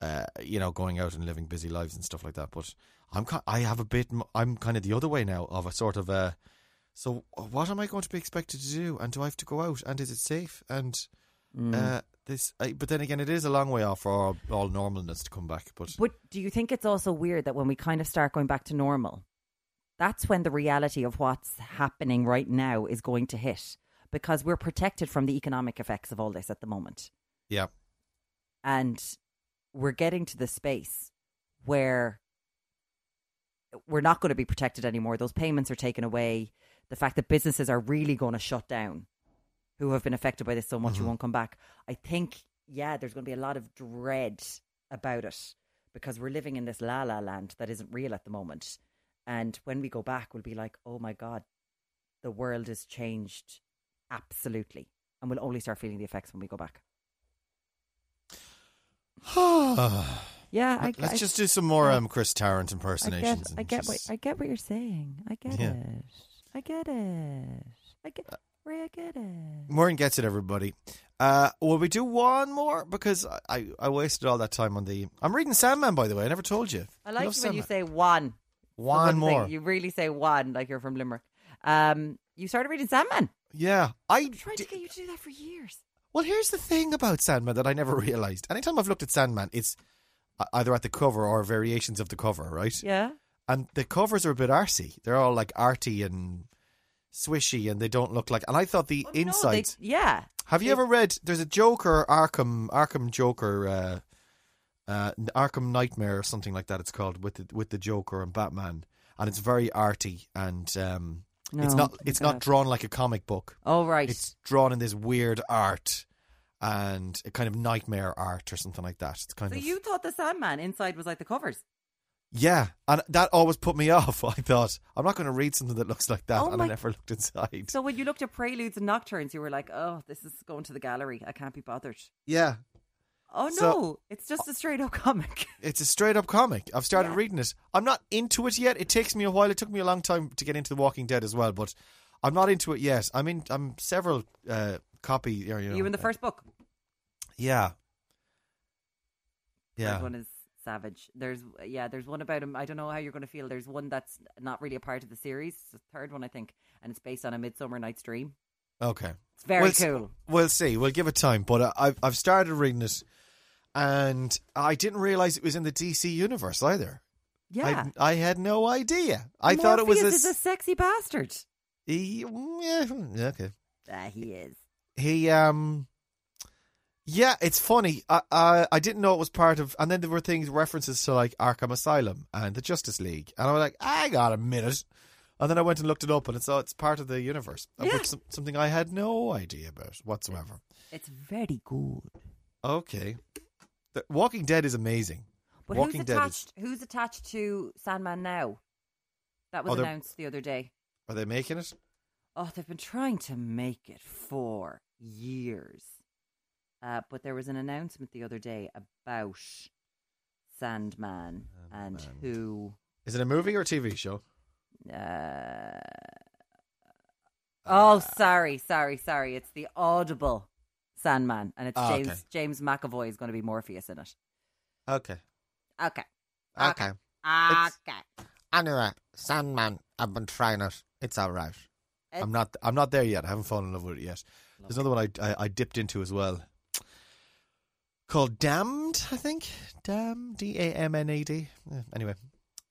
uh, you know going out and living busy lives and stuff like that. But I'm ki- I have a bit m- I'm kind of the other way now of a sort of a so what am I going to be expected to do and do I have to go out and is it safe and uh, this I, but then again it is a long way off for all, all normalness to come back. But but do you think it's also weird that when we kind of start going back to normal that's when the reality of what's happening right now is going to hit because we're protected from the economic effects of all this at the moment yeah. and we're getting to the space where we're not going to be protected anymore. Those payments are taken away. The fact that businesses are really going to shut down who have been affected by this so Mm-hmm. much who won't come back. I think, yeah, there's going to be a lot of dread about it because we're living in this la la land that isn't real at the moment. And when we go back, we'll be like, oh my God, the world has changed absolutely. And we'll only start feeling the effects when we go back. yeah, I, Let's I- just do some more um, Chris Tarrant I get, impersonations. I and get, what, just- I get what you're saying. I get Yeah. Uh, it. I get it. I get, Ray, I get it. Maureen gets it, everybody. Uh, will we do one more? Because I, I, I wasted all that time on the. I'm reading Sandman, by the way. I never told you. I like love you when you Sandman. say one. The one, thing, more. You really say one, like you're from Limerick. Um, you started reading Sandman. Yeah, I. I tried di- to get you to do that for years. Well, here's the thing about Sandman that I never realized. Anytime I've looked at Sandman, it's e- either at the cover or variations of the cover, right? Yeah. And the covers are a bit artsy. They're all like arty and swishy, and they don't look like. And I thought Oh, the insides. yeah. Have you they- ever read? There's a Joker Arkham Arkham Joker. Uh, uh, Arkham Nightmare or something like that. It's called with the, with the Joker and Batman, and it's very arty and um, it's No, not I it's don't. not drawn like a comic book. Oh right. It's drawn in this weird art and a kind of nightmare art or something like that. It's kind so of you thought the Sandman inside was like the covers? yeah, and that always put me off. I thought I'm not going to read something that looks like that, Oh and my- I never looked inside. So when you looked at Preludes and Nocturnes, you were like, "Oh, this is going to the gallery. I can't be bothered." yeah, Oh no, So- it's just a straight up comic. it's a straight up comic. I've started reading it. I'm not into it yet. It takes me a while. It took me a long time to get into The Walking Dead as well, but I'm not into it yet. I'm in. I'm several uh, copy. You, know, you in the uh, first book? yeah, First yeah. one is Savage. There's yeah, there's one about him. I don't know how you're going to feel. There's one that's not really a part of the series. It's the third one, I think, and it's based on a Midsummer Night's Dream. Okay, It's very We'll s- cool. We'll see. We'll give it time. But uh, I've I've started reading it, and I didn't realize it was in the DC universe either. Yeah. I, I had no idea. I thought it was Morpheus this. is a sexy bastard. he, yeah, hmm, okay. Ah, he is. He um. Yeah, it's funny. I, I I didn't know it was part of, and then there were things references to like Arkham Asylum and the Justice League, and I was like, I got a minute, and then I went and looked it up, and it's oh, it's part of the universe, of Yeah. which some, something I had no idea about whatsoever. It's very good. Okay. The Walking Dead is amazing. But Walking who's Dead is- attached? Who's attached to Sandman now? That was Oh, they're- announced the other day. Are they making it? Oh, they've been trying to make it for years. Uh, but there was an announcement the other day about Sandman and Sandman. who. Is it a movie or a TV show? Uh, oh, sorry, sorry, sorry. It's the Audible Sandman, and it's Ah, James okay. James McAvoy is going to be Morpheus in it. Okay. Okay, Okay. okay. It's- Anyway, Sandman, I've been trying it. It's all right. I'm It's- not. I'm not there yet. I haven't fallen in love with it yet. There's another one I, I I dipped into as well, called Damned. I think Damned. D A M N A D. Eh, Anyway,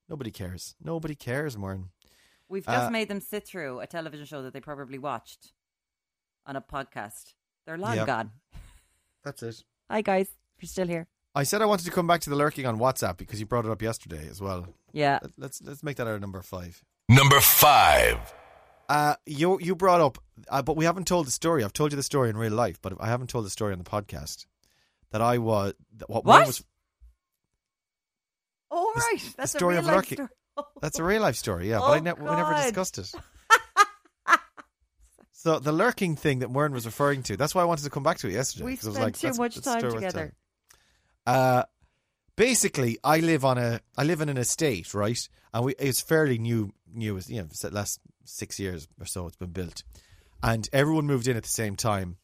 nobody cares. Nobody cares, Morin. We've just Uh, made them sit through a television show that they probably watched on a podcast. They're long Yep. gone. That's it. Hi guys, if you're still here. I said I wanted to come back to the lurking on WhatsApp because you brought it up yesterday as well. Yeah. Let- Let's let's make that our number five. Number five. Uh, you you brought up, uh, but we haven't told the story. I've told you the story in real life, but I haven't told the story on the podcast. That I was that what, What? one was All The s- Oh, right. the That's story a of real life Lurky. story. that's a real life story, yeah. but I Oh, never we never God. discussed it. so the lurking thing that Warren was referring to. That's why I wanted to come back to it yesterday. We 'cause I was spent like, too that's- much that's a time story worth together. telling. Uh, basically, I live on a I live in an estate, right? And we it's fairly new new as you know it's the last six years or so it's been built, and everyone moved in at the same time,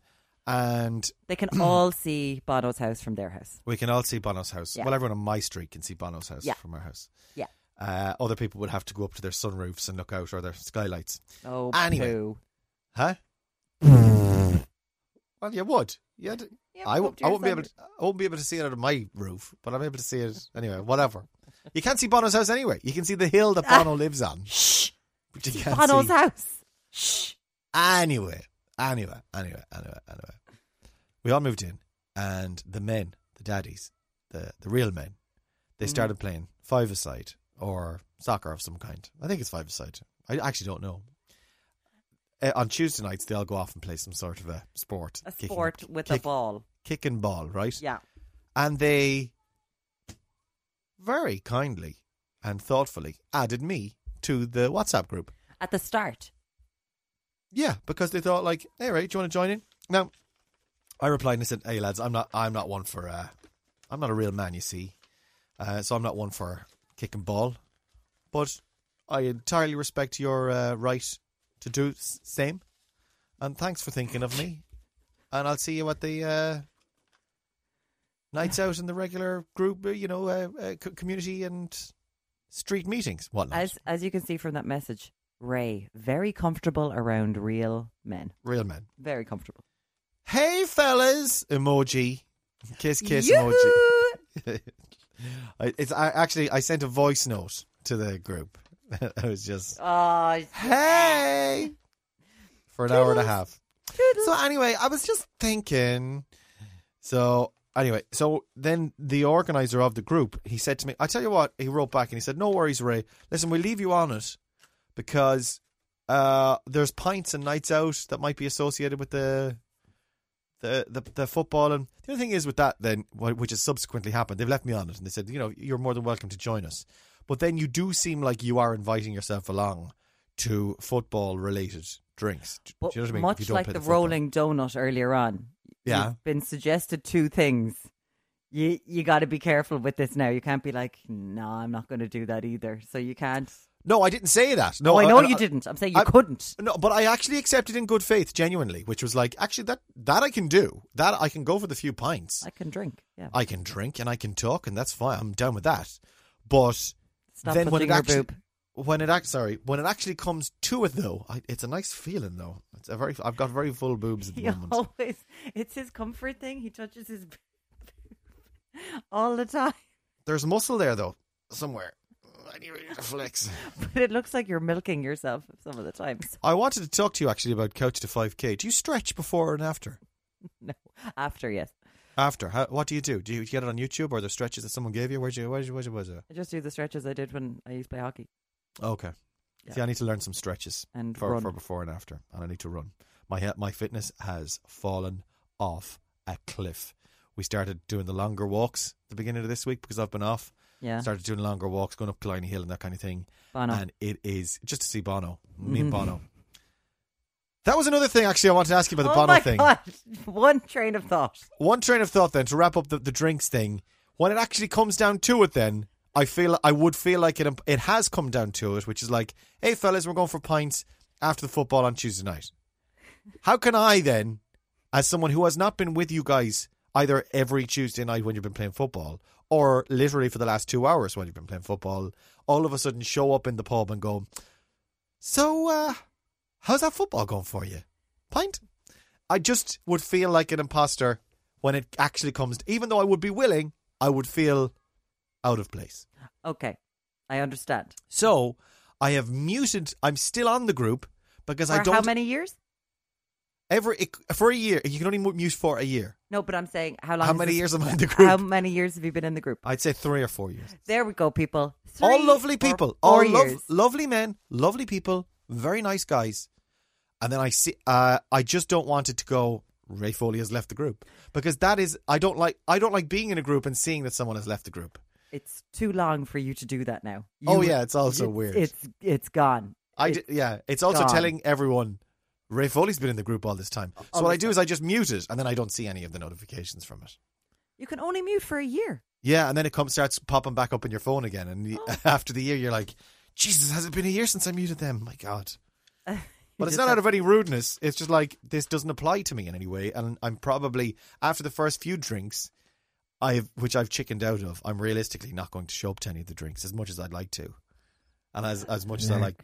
and They can all see Bono's house from their house. we can all see Bono's house. Yeah. Well, everyone on my street can see Bono's house Yeah. from our house. Yeah. Uh, other people would have to go up to their sunroofs and look out or their skylights. Oh, Anyway. poo. Huh? well, you would. You had, Yeah, I, go w- up to I your won't be able. To, I won't be able to see it out of my roof, but I'm able to see it anyway. Whatever. You can't see Bono's house anyway. You can see the hill that Bono lives on. Ah. Shh. But you can't Bono's see. Ah, house. Shh. Anyway, anyway, Uh, anyway, anyway, anyway. We all moved in, and the men, the daddies, the, the real men, they started playing five a side or soccer of some kind. I think it's five a side. I actually don't know. Uh, on Tuesday nights, they all go off and play some sort of a sport. A Kicking- sport with a kick- ball. Kick and ball, right? Yeah. And they very kindly and thoughtfully added me to the WhatsApp group. At the start. Yeah, because they thought like, hey, Ray, do you want to join in? Now, I replied and I said, hey, lads, I'm not, I'm not one for, uh, I'm not a real man, you see, uh, so I'm not one for kick and ball, but I entirely respect your uh, right to do s- same, and thanks for thinking of me, and I'll see you at the uh, nights out in the regular group, uh, you know, uh, uh, co- community and street meetings, whatnot. As as you can see from that message, Ray, very comfortable around real men. real men. Very comfortable. Hey fellas, emoji, kiss kiss Yoo-hoo! emoji. I- it's I actually I sent a voice note to the group. I was just Oh, hey for an hour and a half. So anyway, I was just thinking. So anyway, so then the organizer of the group he said to me, "I tell you what," he wrote back and he said, "No worries, Ray. Listen, we'll leave you on it because uh, there's pints and nights out that might be associated with the." The, the, the football and the other thing is with that then wh- which has subsequently happened they've left me on it and they said you know you're more than welcome to join us but then you do seem like you are inviting yourself along to football related drinks do, But do you know what I mean If much you don't like play the, football. rolling donut earlier on, Yeah. you've been suggested two things. You you got to be careful with this now. You can't be like, no, I'm not going to do that either. So you can't. No, I didn't say that. No, oh, I know you I- didn't. I'm saying you I- couldn't. No, but I actually accepted in good faith, genuinely, which was like, actually, that that I can do. That I can go for the few pints. I can drink. Yeah. I can drink and I can talk, and that's fine. I'm down with that. But Stop then when touching it your actually, boob. when it act, sorry, when it actually comes to it though, I, it's a nice feeling though. It's a very, I've got very full boobs at the He moment. always. It's his comfort thing. He touches his boob all the time, There's muscle there though, somewhere. I need to flex. but it looks like you're milking yourself some of the times. I wanted to talk to you actually about couch to five k. Do you stretch before and after? No, after yes, After, how, what do you do? Do you get it on YouTube or the stretches that someone gave you? Where'd you, where'd you, where'd you, where'd you? I just do the stretches I did when I used to play hockey. Okay. Yeah. See, I need to learn some stretches And for, run. for before and after, and I need to run. My he- my fitness has fallen off a cliff. We started doing the longer walks at the beginning of this week because I've been off. Yeah, Started doing longer walks, going up Cliny Hill and that kind of thing. Bono. And it is just to see Bono, me and Bono. That was another thing actually I wanted to ask you about the oh Bono my thing. God. One train of thought. One train of thought then to wrap up the, the drinks thing. When it actually comes down to it, then I feel I would feel like it. um, It has come down to it, which is like, hey fellas, we're going for pints after the football on Tuesday night. How can I then, as someone who has not been with you guys either every Tuesday night when you've been playing football, or literally for the last two hours when you've been playing football, all of a sudden show up in the pub and go, so uh, how's that football going for you? Pint. I just would feel like an imposter when it actually comes. even though I would be willing, I would feel out of place. Okay, I understand. So I have muted. I'm still on the group because I For don't. how many years? every it, for a year, you can only mu- mute for a year. No, but I'm saying how long? how is many this- years am I in the group? How many years have you been in the group? I'd say three or four years. There we go, people. all Three lovely or people, Four all lov- years. lovely men, lovely people, very nice guys. And then I see, uh, I just don't want it to go. Ray Foley has left the group because that is I don't like I don't like being in a group and seeing that someone has left the group. It's too long for you to do that now. You- oh yeah, it's also weird. It's it's gone. I It- d- yeah, it's also gone. telling everyone Ray Foley's been in the group all this time. So what I do is I just mute it, and then I don't see any of the notifications from it. you can only mute for a year. Yeah, and then it comes starts popping back up in your phone again, and you- after the year, you're like, Jesus, has it been a year since I muted them? My God. But it's just not have- out of any rudeness. It's just like this doesn't apply to me in any way, and I'm probably after the first few drinks, I've which I've chickened out of. I'm realistically not going to show up to any of the drinks as much as I'd like to, and as as much as I like.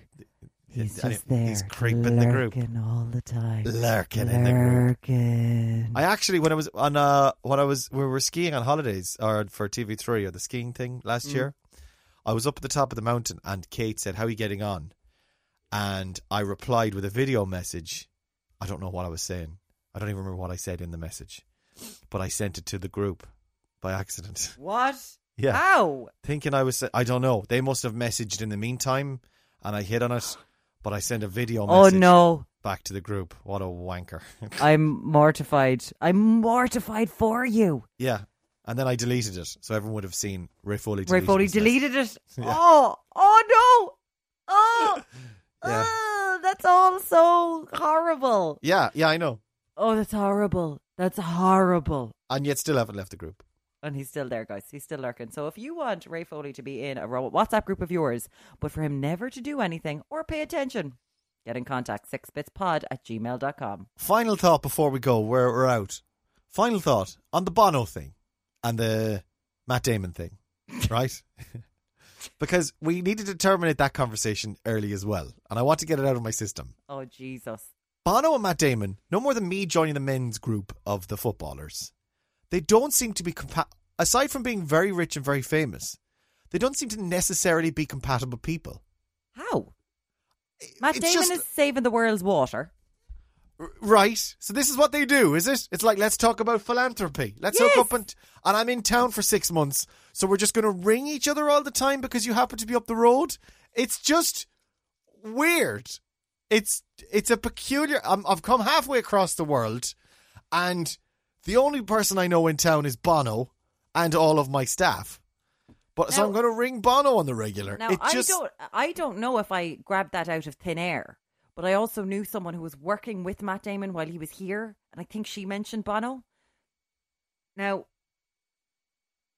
He's and just it- there. He's creeping the group, lurking all the time. lurking in the group. Lurking. I actually, when I was on, uh, when I was, we were skiing on holidays or for TV three or the skiing thing Mm. last year. I was up at the top of the mountain, and Kate said, "How are you getting on?" And I replied with a video message. I don't know what I was saying. I don't even remember what I said in the message, but I sent it to the group. by accident. What? Yeah. How? Thinking I was, I don't know. They must have messaged in the meantime, and I hit on it. But I sent a video Oh message no, back to the group. What a wanker! I'm mortified. I'm mortified for you. yeah, and then I deleted it, so everyone would have seen Ray Foley. Ray Deleted Foley this message. deleted it. Oh, oh no. Oh, Yeah. oh, that's all so horrible. Yeah, yeah, I know, Oh, that's horrible. That's horrible. and yet still haven't left the group. And he's still there, guys. He's still lurking. So if you want Ray Foley to be in a ro- WhatsApp group of yours, but for him never to do anything or pay attention, get in contact sixbitspod at gmail.com. Final thought before we go, where we're out. Final thought on the Bono thing and the Matt Damon thing, right? because we needed to terminate that conversation early as well, and I want to get it out of my system. Oh, Jesus. Bono and Matt Damon, no more than me joining the men's group of the footballers. They don't seem to be compa- aside from being very rich and very famous. They don't seem to necessarily be compatible people. How? Matt It's Damon just- is saving the world's water. R- Right. So this is what they do, is it? It's like let's talk about philanthropy. Let's hook up and and I'm in town for six months, so we're just going to ring each other all the time because you happen to be up the road. It's just weird. It's it's a peculiar. i I've come halfway across the world, and the only person I know in town is Bono and all of my staff. But so Now- I'm going to ring Bono on the regular. Now it I just, don't I don't know if I grabbed that out of thin air, but I also knew someone who was working with Matt Damon while he was here, and I think she mentioned Bono. Now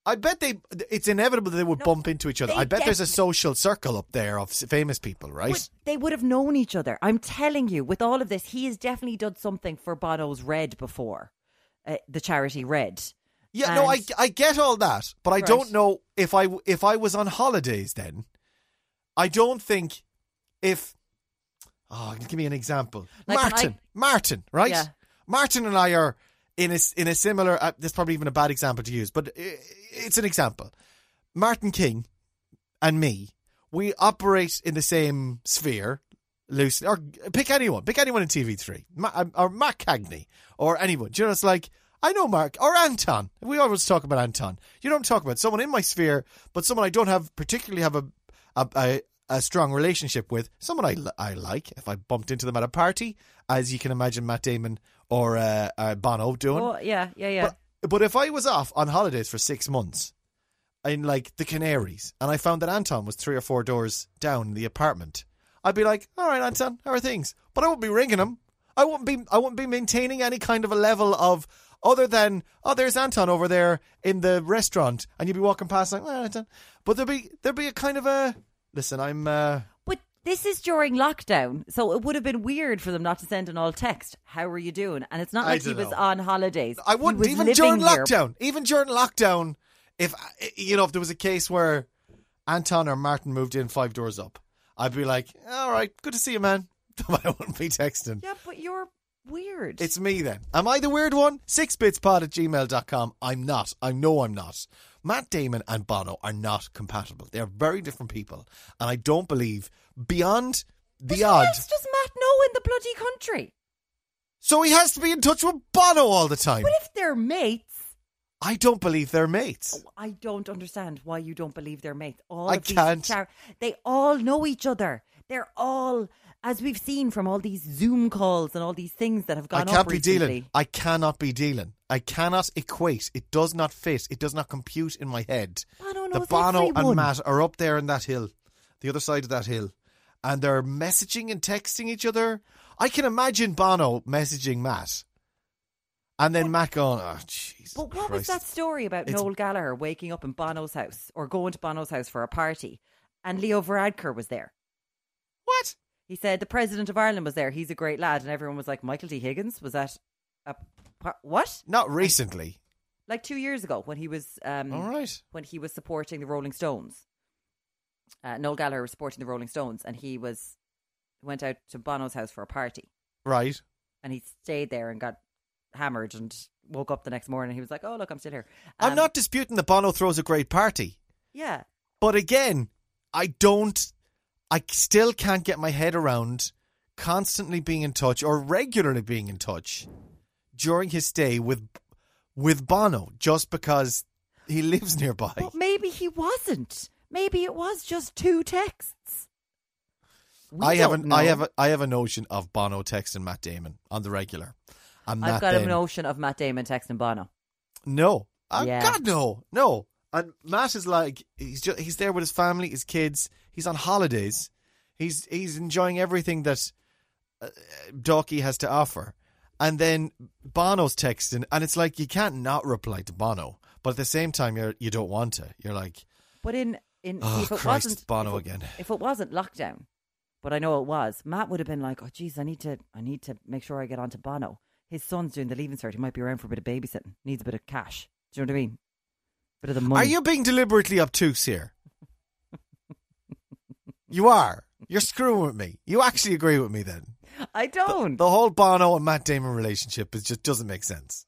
I bet they. It's inevitable that they would No, bump into each other. they I bet there's a definitely- social circle up there of s- famous people, right? would- they would have known each other. I'm telling you, with all of this, he has definitely done something for Bono's Red before, uh, the charity Red. yeah, no, I, and- I get all that, but I Right. don't know if I w- if I was on holidays then. I don't think if. Oh, give me an example. Like when Martin, I- Martin, right? Yeah. Martin and I are in a s- in a similar. Uh, this is probably even a bad example to use, but i it's an example. Martin King and me, we operate in the same sphere, loosely. Or pick anyone, pick anyone in TV3, Ma- um, or Mark Cagney, or anyone. Do you know, it's like, I know Mark, or Anton. We always talk about Anton. You don't talk about someone in my sphere, but someone I don't have particularly have a, a, a, a strong relationship with. Someone I, li- I like, if I bumped into them at a party, as you can imagine Matt Damon or uh, uh, Bono doing. Oh yeah, yeah, yeah. But, but if I was off on holidays for six months in like the Canaries and I found that Anton was three or four doors down in the apartment, I'd be like, all right, Anton, how are things? But I wouldn't be ringing him. I wouldn't be, I wouldn't be maintaining any kind of a level of other than, oh, there's Anton over there in the restaurant. And you'd be walking past like, well, Anton. But there'd be, there'd be a kind of a, listen, I'm, uh, But this is during lockdown, so it would have been weird for them not to send an all text. How are you doing? And it's not I like he dunno. was on holidays. I He wouldn't was even living during here. lockdown. Even during lockdown, if you know, if there was a case where Anton or Martin moved in five doors up, I'd be like, "All right, good to see you, man." I wouldn't be texting. Yeah, but you're weird. It's me then. Am I the weird one? Sixbitspod at gmail.com. I'm not. I know I'm not. Matt Damon and Bono are not compatible. They're very different people. And I don't believe beyond the Who odd. else does Matt know in the bloody country? So he has to be in touch with Bono all the time. But if they're mates, I don't believe they're mates. I don't understand why you don't believe they're mates. All I of these can't. char- they all know each other. They're all, as we've seen from all these Zoom calls and all these things that have gone I can't up be recently. dealing. I cannot be dealing. I cannot equate. It does not fit. It does not compute in my head. Bono the knows Bono and everyone. Matt are up there in that hill, the other side of that hill, and they're messaging and texting each other. I can imagine Bono messaging Matt, and then Matt going, "Oh, Jesus But what was Christ." that story about It's- Noel Gallagher waking up in Bono's house or going to Bono's house for a party and Leo Varadkar was there? What? He said the president of Ireland was there. He's a great lad. And everyone was like, Michael D. Higgins was that a par- what? Not recently. Like two years ago when he was um, All right. when he was supporting the Rolling Stones. Uh, Noel Gallagher was supporting the Rolling Stones, and he was went out to Bono's house for a party, Right. and he stayed there and got hammered and woke up the next morning. He was like, "Oh look, I'm still here." I'm Um, not disputing that Bono throws a great party. Yeah, But again, I don't. I still can't get my head around constantly being in touch or regularly being in touch during his stay with with Bono, just because he lives nearby. But maybe he wasn't. Maybe it was just two texts. We I don't have an, I know. have a, I have a notion of Bono texting Matt Damon on the regular. And I've Matt got Damon, a notion of Matt Damon texting Bono. No, Uh, Yeah. God, no, no. And Matt is like he's just he's there with his family, his kids. He's on holidays. He's he's enjoying everything that uh, Docky has to offer. And then Bono's texting, and it's like you can't not reply to Bono, but at the same time you you don't want to. You're like, But in in Oh, see, if it Christ, wasn't Bono if it- again. If it wasn't lockdown, but I know it was, Matt would have been like, "Oh, geez, I need to, I need to make sure I get onto Bono. His son's doing the leaving cert. He might be around for a bit of babysitting. Needs a bit of cash. Do you know what I mean? Bit of the money. are you being deliberately obtuse here? you are. You're screwing with me. You actually agree with me then. I don't. The whole Bono and Matt Damon relationship is just doesn't make sense.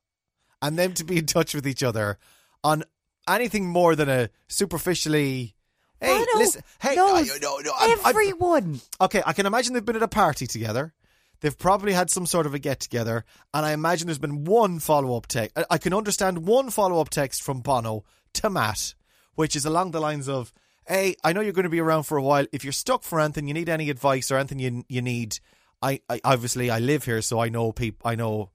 And them to be in touch with each other on anything more than a superficially Hey, Bono listen. Hey, knows I- no, no, I'm- I'm- everyone. okay, I can imagine they've been at a party together. They've probably had some sort of a get together, and I imagine there's been one follow up text. I can understand one follow up text from Bono to Matt, which is along the lines of, "Hey, I know you're going to be around for a while. If you're stuck for anything, you need any advice or anything you you need. I, I obviously I live here, so I know peop I know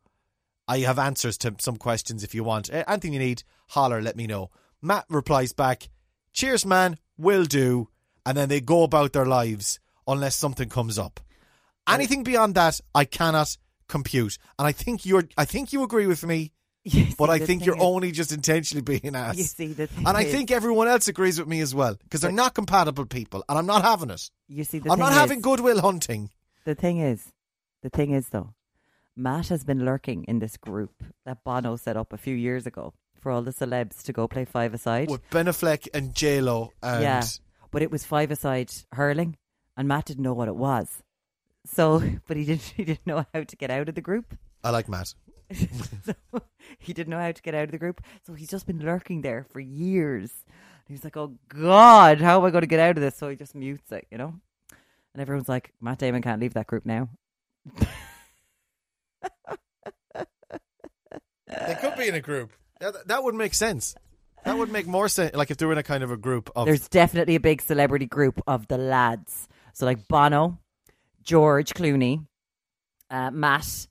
I have answers to some questions if you want. Eh, Anything you need, holler, let me know. Matt replies back, Cheers, man, will do. And then they go about their lives unless something comes up. Oh. Anything beyond that, I cannot compute. And I think you're I think you agree with me, You see, but I the think thing you're is- only just intentionally being an ass. You see, the thing and I is- think everyone else agrees with me as well, because they're not compatible people, and I'm not having it. You see, the I'm thing not is- having goodwill hunting. The thing is, the thing is though, Matt has been lurking in this group that Bono set up a few years ago for all the celebs to go play five aside. With Ben Affleck and J Lo and yeah, but it was five aside hurling, and Matt didn't know what it was. So, but he didn't. He didn't know how to get out of the group. I like Matt. so he didn't know how to get out of the group. So he's just been lurking there for years. And he's like, "Oh God, how am I going to get out of this?" So he just mutes it, you know. And everyone's like, "Matt Damon can't leave that group now." They could be in a group. That, that would make sense. That would make more sense. Like if they were in a kind of a group of. There's definitely a big celebrity group of the lads. So like Bono, George Clooney, uh, Matt,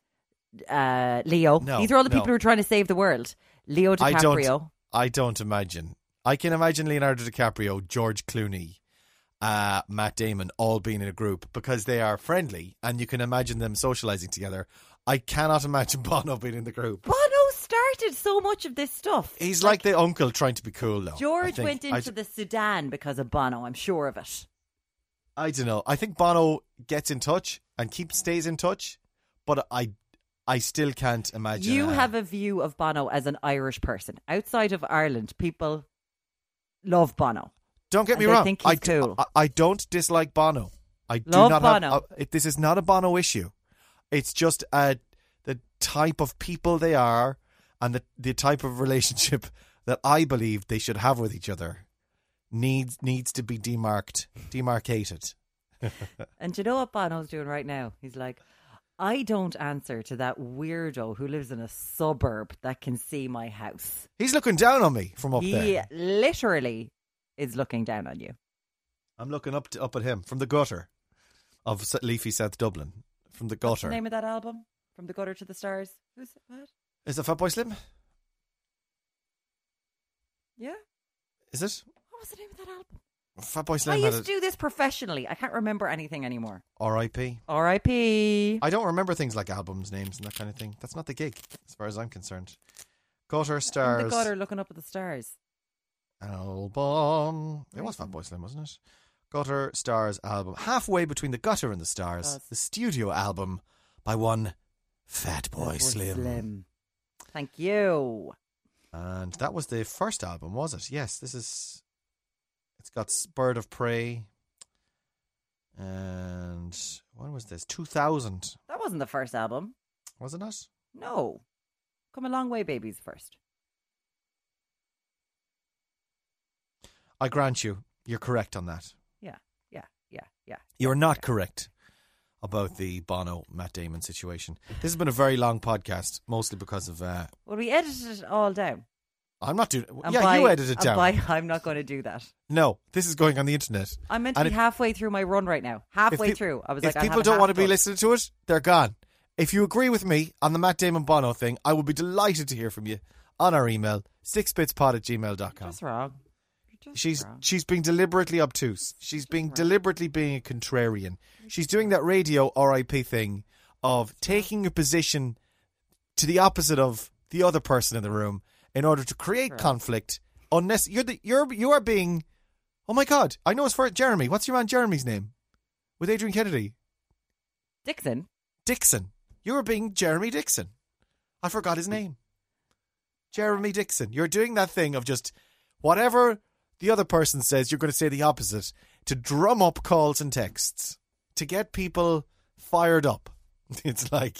uh, Leo. No, These are all the no. people who are trying to save the world. Leo I DiCaprio. don't. I don't imagine. I can imagine Leonardo DiCaprio, George Clooney, uh, Matt Damon all being in a group because they are friendly and you can imagine them socializing together. I cannot imagine Bono being in the group. Bono started so much of this stuff. He's like, the uncle trying to be cool though. I George think. went I into d- the Sudan because of Bono. I'm sure of it. I don't know. I think Bono gets in touch and keeps stays in touch, but I, I still can't imagine. You uh, have a view of Bono as an Irish person. Outside of Ireland, people love Bono. Don't get and me they wrong. think I, he's cool. I, I don't dislike Bono. I do Love not Bono. have. uh, it, this is not a Bono issue. It's just uh, the type of people they are and the, the type of relationship that I believe they should have with each other needs needs to be demarked, demarcated. And do you know what Bono's doing right now? He's like, I don't answer to that weirdo who lives in a suburb that can see my house. He's looking down on me from up he there. literally is looking down on you. I'm looking up to, up at him from the gutter of S- leafy South Dublin. From the What's the gutter. name of that album? From the gutter to the stars. Who's what? Is it Fatboy Slim? Yeah. Is it What was the name of that album? Fatboy I Slim? had used to it- do this professionally. I can't remember anything anymore. R.I.P. R.I.P. I don't remember things like albums, names, and that kind of thing. That's not the gig, as far as I'm concerned. Gutter I'm Stars. the gutter looking up at the stars. Album. It was Fatboy Slim, wasn't it? Gutter Stars album. Halfway between the gutter and the stars. Stars. The studio album by one Fatboy Fatboy Slim. Thank you. And that was the first album, was it? Yes, this is. It's got s- Bird of Prey. And when was this? 2000, That wasn't the first album. wasn't it? No. Come a long way, babies first. I grant you, you're correct on that. Yeah, yeah, yeah, yeah. You are not correct about the Bono Matt Damon situation. This has been a very long podcast, mostly because of uh, Well, we edited it all down. I'm not doing. And yeah, by- you edited it and down. by I'm not going to do that. no, this is going on the internet. I'm meant to And be if- halfway through my run right now. If Halfway peop- through, I was if like, I people have don't half want to be done. listening to it, they're gone. If you agree with me on the Matt Damon Bono thing, I would be delighted to hear from you on our email, sixbitspod at gmail.com. That's wrong. You're just She's wrong. she's being deliberately obtuse. She's being deliberately being a contrarian. She's doing that radio RIP thing of taking a position to the opposite of the other person in the room in order to create conflict. Unless you're the you're you are being, oh my god! I know it's for Jeremy. What's your man Jeremy's name? With Adrian Kennedy, Dixon. Dixon. You are being Jeremy Dixon. I forgot his name. Jeremy Dixon. You're doing that thing of just whatever the other person says, you're going to say the opposite to drum up calls and texts to get people fired up. It's like,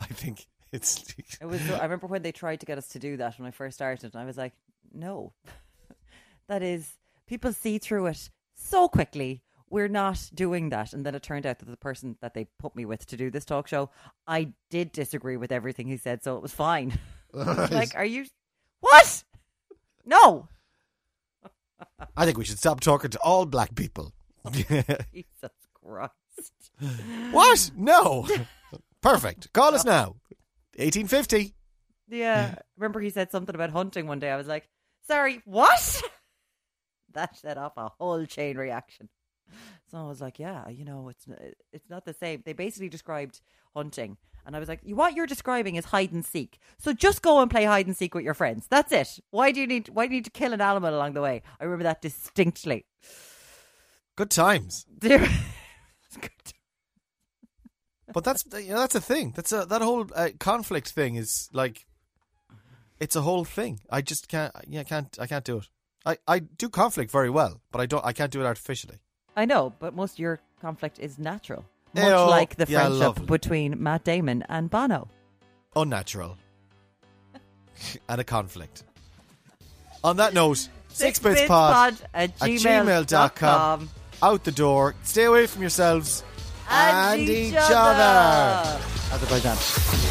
I think it's. It was. I remember when they tried to get us to do that when I first started, and I was like, no. that is, people see through it so quickly. We're not doing that. And then it turned out that the person that they put me with to do this talk show, I did disagree with everything he said, so it was fine. like, are you. What? No. I think we should stop talking to all black people. Jesus Christ. what? No. Perfect. Call us now. 1850. Yeah. Remember he said something about hunting one day. I was like, sorry, what? that set off a whole chain reaction. Someone was like, yeah, you know, it's it's not the same. They basically described hunting. And I was like, "You- what you're describing is hide and seek. So just go and play hide and seek with your friends. That's it. Why do you need why do you need to kill an animal along the way? I remember that distinctly. Good times. There- But that's you know, that's a thing. That's a that whole uh, conflict thing is like, it's a whole thing. I just can't. Yeah, I can't. I can't do it. I, I do conflict very well, but I don't. I can't do it artificially. I know, but most of your conflict is natural. Much Ew. like the Yeah, friendship lovely. between Matt Damon and Bono. Unnatural. and a conflict. On that note, six bits pod at at gmail dot com. gmail.com Out the door. Stay away from yourselves and each other. Azerbaijan.